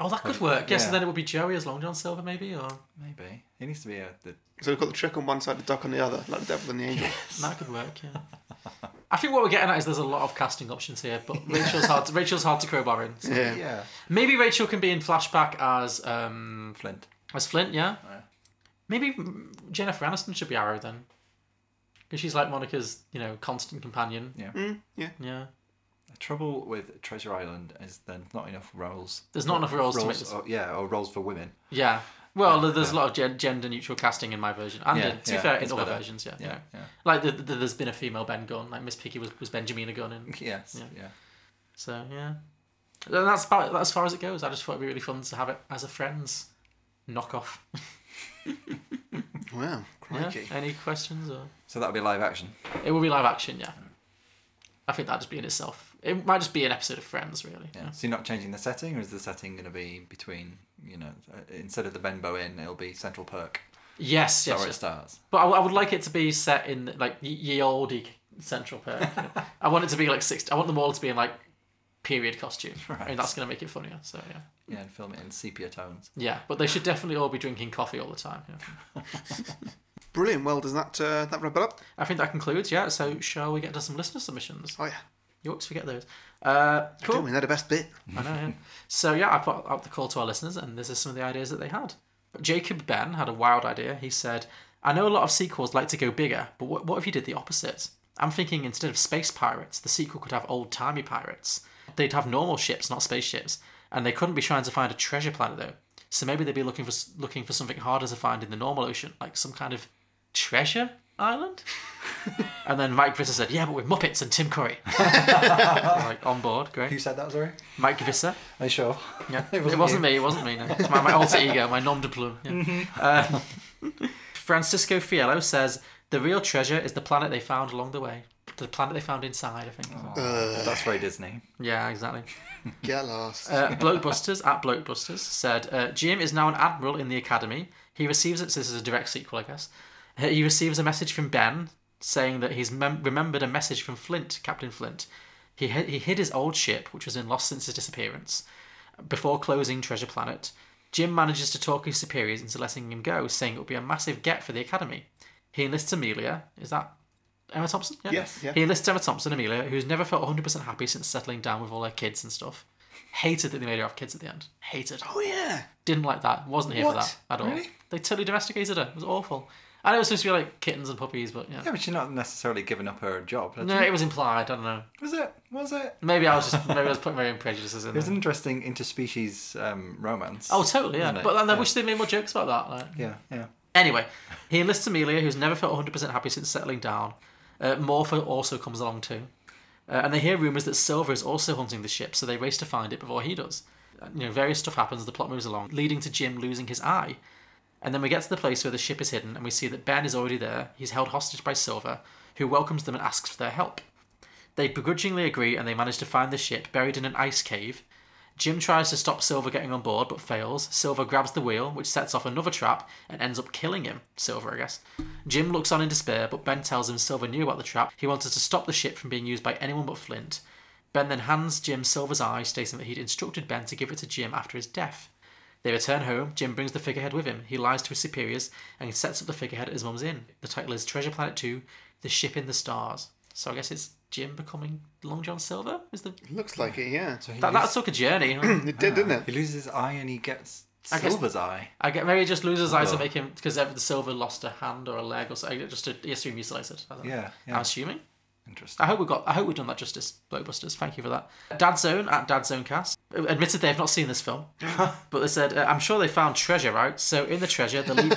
B: Oh, that could work. Yes,
D: Yeah.
B: and then it would be Joey as Long John Silver, maybe, or
D: Maybe. It needs to be a. The...
A: so we've got the trick on one side, the duck on the other, like the devil and the angel.
B: that could work. Yeah. I think what we're getting at is there's a lot of casting options here, but Rachel's hard. To, Rachel's hard to crowbar in. so-
A: Yeah.
D: Yeah.
B: Maybe Rachel can be in flashback as um
D: Flint.
B: as Flint. Yeah. Maybe mm, Jennifer Aniston should be Arrow then, because she's like Monica's you know constant companion.
D: Yeah.
A: Mm, yeah.
B: Yeah.
D: The trouble with Treasure Island is there's not enough roles.
B: There's not enough roles to make this-
D: Or, yeah, or roles for women.
B: Yeah. Well, there's a lot of gen- gender neutral casting in my version, and
D: Yeah,
B: in, to
D: yeah,
B: be fair, in
D: it's
B: other
D: better.
B: versions, yeah.
D: Yeah,
B: yeah.
D: yeah.
B: Like the, the, there's been a female Ben Gunn, like Miss Piggy was, was Benjamina Gunn, and
D: Yes.
B: Yeah.
D: Yeah.
B: so yeah. And that's about that's as far as it goes. I just thought it'd be really fun to have it as a friends knockoff.
A: Wow.
B: yeah.
A: Crikey.
B: Any questions or?
D: So that'll be live action.
B: It will be live action, yeah. I think that'd just be in itself. It might just be an episode of Friends, really.
D: Yeah. So you're not changing the setting, or is the setting going to be between, you know, uh, instead of the Benbow Inn, it'll be Central Perk?
B: Yes,
D: That's
B: yes,
D: where it
B: yes.
D: starts.
B: But I, w- I would like it to be set in like y- ye olde Central Perk. you know. I want it to be like six. I want them all to be in like period costume. I mean,
D: Right.
B: that's gonna make it funnier. So yeah,
D: Yeah, and film it in sepia tones.
B: yeah. But they should definitely all be drinking coffee all the time. Yeah.
A: Brilliant. Well, does that uh, that wrap it up?
B: I think that concludes. Yeah. So shall we get to some listener submissions?
A: Oh yeah.
B: You always forget those. Uh, cool.
A: Doing that the best bit.
B: I know. Yeah. So yeah, I put out the call to our listeners, and this is some of the ideas that they had. Jacob Ben had a wild idea. He said, "I know a lot of sequels like to go bigger, but what, what if you did the opposite? I'm thinking instead of space pirates, the sequel could have old timey pirates. They'd have normal ships, not spaceships, and they couldn't be trying to find a treasure planet though. So maybe they'd be looking for s- looking for something harder to find in the normal ocean, like some kind of treasure island. and then Mike Visser said, "Yeah, but with Muppets and Tim Curry." like on board, great.
D: Who said that? Sorry.
B: Mike Visser.
D: Are you sure?
B: Yeah,
D: It
B: it
D: wasn't
B: wasn't,
D: you.
B: me. It wasn't me. No. It's my, my alter ego, my nom de plume. yeah.
D: Mhm.
B: Uh, Francisco Fiello says the real treasure is the planet they found along the way. The planet they found inside, I think.
D: Aw, that's very Disney.
B: Yeah, exactly.
A: Get lost.
B: Uh, Blokebusters at Blokebusters said uh, Jim is now an admiral in the academy. He receives it. So this is a direct sequel, I guess. Uh, He receives a message from Ben saying that he's mem- remembered a message from Flint, Captain Flint. He hi- he hid his old ship, which was in lost since his disappearance. Before closing Treasure Planet, Jim manages to talk his superiors into letting him go, saying it would be a massive get for the academy. He enlists Amelia. Is that Emma Thompson?
A: Yes, yeah.
B: He enlists Emma Thompson, Amelia, who's never felt 100% happy since settling down with all her kids and stuff. Hated that they made her have kids at the end. Hated.
A: Oh yeah.
B: Didn't like that. Wasn't here
A: What?
B: for that at all.
A: Really?
B: They totally domesticated her. It was awful. I know it was supposed to be like kittens and puppies, but yeah.
D: Yeah, but you're not necessarily giving up her job. had
B: no,
D: you?
B: it was implied. I don't know.
D: Was it? Was it?
B: Maybe I was just maybe I was putting my own prejudices in
D: It was
B: there.
D: an interesting interspecies um, romance.
B: Oh, totally. Yeah.
D: wasn't it?
B: But then I
D: Yeah.
B: wish they made more jokes about that. Like,
D: Yeah, yeah.
B: Anyway, he enlists Amelia, who's never felt 100% happy since settling down. Uh, Morpho also comes along too. Uh, and they hear rumours that Silver is also hunting the ship, so they race to find it before he does. Uh, You know, various stuff happens, the plot moves along, leading to Jim losing his eye. And then we get to the place where the ship is hidden, and we see that Ben is already there. He's held hostage by Silver, who welcomes them and asks for their help. They begrudgingly agree, and they manage to find the ship buried in an ice cave. Jim tries to stop Silver getting on board, but fails. Silver grabs the wheel, which sets off another trap and ends up killing him. Silver, I guess. Jim looks on in despair, but Ben tells him Silver knew about the trap. He wanted to stop the ship from being used by anyone but Flint. Ben then hands Jim Silver's eye, stating that he'd instructed Ben to give it to Jim after his death. They return home. Jim brings the figurehead with him. He lies to his superiors and sets up the figurehead at his mum's inn. The title is Treasure Planet 2 The Ship in the Stars. So I guess it's Jim becoming Long John Silver? Is the
A: Looks like it, yeah.
B: that, that took a journey.
A: it did, didn't it?
B: uh,
D: He loses his eye and he gets
B: I guess-
D: Silver's eye.
B: I get maybe he just loses his eyes to
D: Ugh.
B: make him because the silver lost a hand or a leg or something. Just to, he has to be mutilated. I don't know.
D: Yeah, yeah.
B: I'm assuming.
D: Interesting.
B: I hope we got. I hope we've done that justice, Blokebusters. Thank you for that. Dad Zone at Dad Zone Cast admitted they've not seen this film, but they said, uh, "I'm sure they found treasure, right?" So in the treasure, the lead,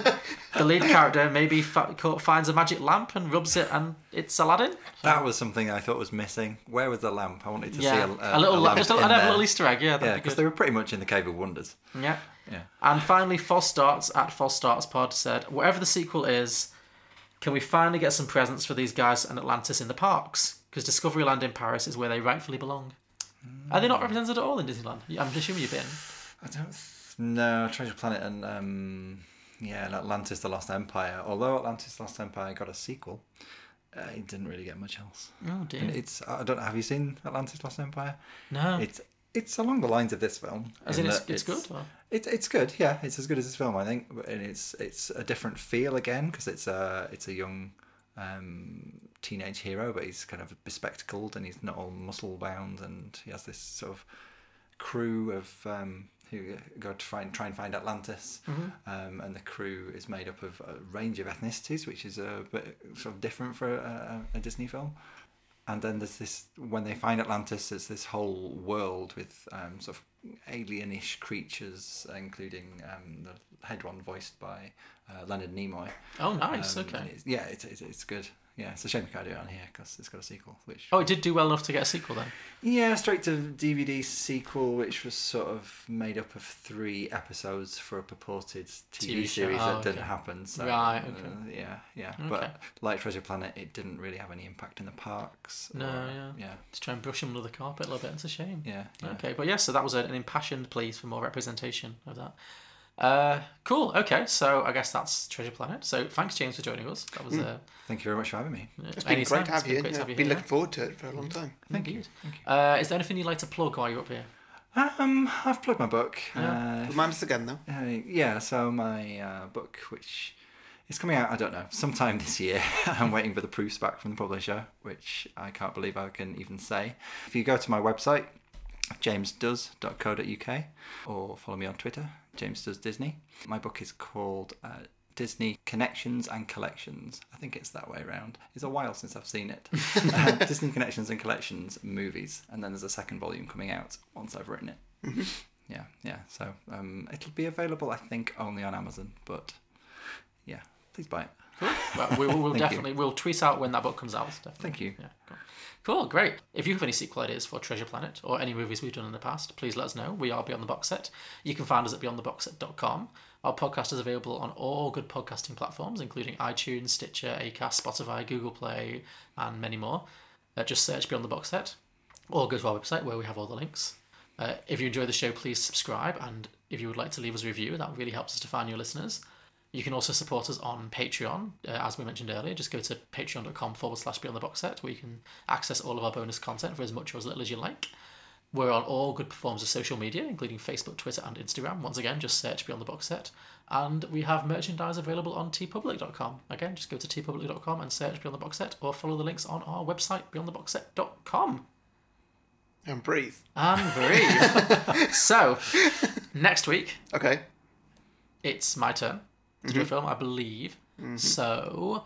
B: the lead character maybe fa- co- finds a magic lamp and rubs it, and it's Aladdin.
D: That was something I thought was missing. Where was the lamp? I wanted to
B: Yeah,
D: see a,
B: a little lamp-
D: lamp
B: just a-
D: in
B: I'd have a
D: there.
B: little Easter egg, yeah, that'd
D: yeah,
B: be
D: because
B: good.
D: they were pretty much in the Cave of Wonders.
B: Yeah.
D: Yeah.
B: And finally, Foss Starts at Foss Starts Pod said, whatever the sequel is, can we finally get some presents for these guys and Atlantis in the parks? Because Discovery Land in Paris is where they rightfully belong. Are they
D: Hmm.
B: not represented at all in Disneyland? I'm assuming you've been.
D: I don't. Th- no, Treasure Planet and um, yeah, and Atlantis: The Lost Empire. Although Atlantis: The Lost Empire got a sequel, uh, it didn't really get much else.
B: Oh, dear.
D: And it's I don't know. Have you seen Atlantis: Lost Empire?
B: No.
D: It's it's along the lines of this film.
B: As in, it's,
D: that
B: it's, good? Or?
D: It's it's good, yeah. It's as good as this film, I think, but- and it's it's a different feel again because it's a it's a young um, teenage hero, but he's kind of bespectacled and he's not all muscle bound, and he has this sort of crew of um, who go to find try and find Atlantis,
B: Mhm.
D: um, and the crew is made up of a range of ethnicities, which is a bit sort of different for a, a a Disney film. And then there's this when they find Atlantis, there's this whole world with um, sort of alienish creatures, including um, the head one voiced by uh, Leonard Nimoy.
B: Oh, nice,
D: Um,
B: okay.
D: and it's- yeah, it's, it's it's good. Yeah, it's a shame we can't do it on here because it's got a sequel, which
B: Oh, it did do well enough to get a sequel then.
D: yeah, straight to DVD sequel, which was sort of made up of three episodes for a purported TV,
B: TV show.
D: series that
B: Oh,
D: didn't
B: okay.
D: happen. So,
B: Right,
D: uh,
B: okay.
D: yeah, yeah.
B: Okay.
D: But like Treasure Planet, it didn't really have any impact in the parks.
B: No,
D: or-
B: yeah.
D: yeah.
B: Just try and brush him under the carpet a little bit. It's a shame.
D: Yeah, yeah.
B: Okay, but yeah, so that was an impassioned plea for more representation of that. Uh, cool. Okay, so I guess that's Treasure Planet. So thanks, James, for joining us. That was
D: Hmm.
B: uh,
D: Thank you very much for having me.
A: It's been
B: anytime.
A: great to have
B: It's
A: you.
B: been
A: in.
B: great to
A: I've
B: have you
A: been
B: here.
A: looking forward to it for a long time.
D: Thank you.
B: Indeed. Uh, is there anything you'd like to plug while you're up here?
D: Um, I've plugged my book. Uh,
A: Remind us again, though.
D: Uh, yeah, so my uh, book, which is coming out, I don't know, sometime this year. I'm waiting for the proofs back from the publisher, which I can't believe I can even say. If you go to my website, jamesdoes.co.uk, or follow me on Twitter, James Does Disney. My book is called uh, Disney Connections and Collections. I think it's that way around. It's a while since I've seen it. Uh, Disney Connections and Collections movies, and then there's a second volume coming out once I've written it. yeah, yeah. So um, it'll be available, I think, only on Amazon. But yeah, please buy it.
B: Well, we will we'll
D: Thank you.
B: definitely we'll tweet out when that book comes out. Definitely.
D: Thank you.
B: Yeah, cool. Cool, great. If you have any sequel ideas for Treasure Planet or any movies we've done in the past, please let us know. We are Beyond the Box Set. You can find us at beyondtheboxset.com. Our podcast is available on all good podcasting platforms, including iTunes, Stitcher, Acast, Spotify, Google Play, and many more. Uh, just search Beyond the Box Set or go to our website where we have all the links. Uh, if you enjoy the show, please subscribe, and if you would like to leave us a review, that really helps us to find new listeners. You can also support us on Patreon, uh, as we mentioned earlier. Just go to patreon.com forward slash beyond the box set, where you can access all of our bonus content for as much or as little as you like. We're on all good forms of social media, including Facebook, Twitter, and Instagram. Once again, just search Beyond the Box Set. And we have merchandise available on tpublic.com. Again, just go to tpublic.com and search Beyond the Box Set or follow the links on our website, beyondtheboxset.com.
A: And breathe.
B: And breathe. so, next week.
A: Okay.
B: It's my turn to do a
A: Mhm.
B: film, I believe.
A: Mhm.
B: So,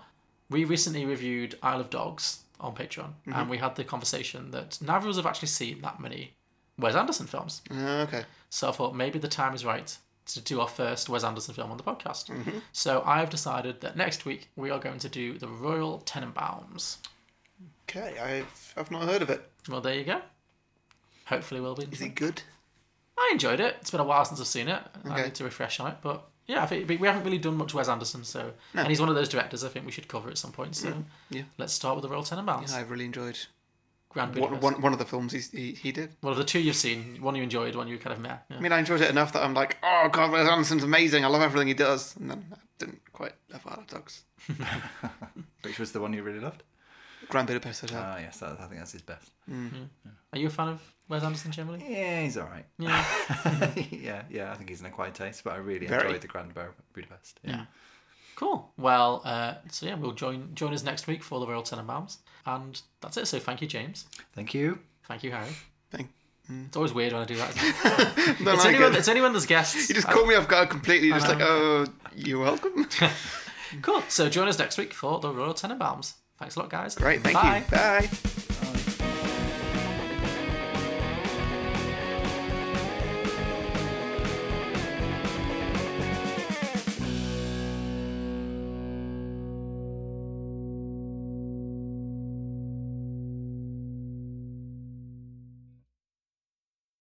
B: we recently reviewed Isle of Dogs on Patreon,
A: Mhm.
B: and we had the conversation that neither of us have actually seen that many Wes Anderson films.
A: Uh, okay.
B: So I thought maybe the time is right to do our first Wes Anderson film on the podcast.
A: Mhm.
B: So I've decided that next week we are going to do The Royal Tenenbaums.
A: Okay, I've, I've not heard of it.
B: Well, there you go. Hopefully, we'll be.
A: Is it good?
B: I enjoyed it. It's been a while since I've seen it. I
A: Okay.
B: need to refresh on it, but yeah, I think we haven't really done much Wes Anderson, so
A: No.
B: and he's one of those directors I think we should cover at some point. So
A: Mm, yeah.
B: let's start with The Royal Tenenbaums.
A: Yeah, I've really enjoyed
B: Grand
A: one,
B: Budapest.
A: one, one of the films he's, he, he did.
B: Well, of the two you've seen, one you enjoyed, one you kind of meh. Yeah.
A: I mean, I enjoyed it enough that I'm like, oh god, Wes Anderson's amazing. I love everything he does. And then I didn't quite love Isle of Dogs.
D: Which was the one you really loved?
A: Grand Budapest Hotel.
D: Ah, yes, that, I think that's his best.
A: Mm.
B: Are you a fan of Wes Anderson generally?
D: Yeah, he's all right.
B: Yeah.
D: yeah, yeah. I think he's an acquired taste, but I really
A: Very.
D: enjoyed the Grand Bu- Budapest. Yeah.
B: Yeah. Cool. Well, uh, so yeah, we'll join join us next week for the Royal Tenenbaums, and that's it. So thank you, James.
D: Thank you.
B: Thank you, Harry.
A: Thank-
B: It's always weird when I do that. Isn't it?
A: Don't
B: it's,
A: like
B: only when,
A: it.
B: it's only when there's guests.
A: You just
B: I-
A: caught me off guard completely.
B: I
A: Just like, oh, you're welcome.
B: Cool. So join us next week for the Royal Tenenbaums. Thanks a lot, guys.
A: Great, thank
B: Bye.
A: you. Bye.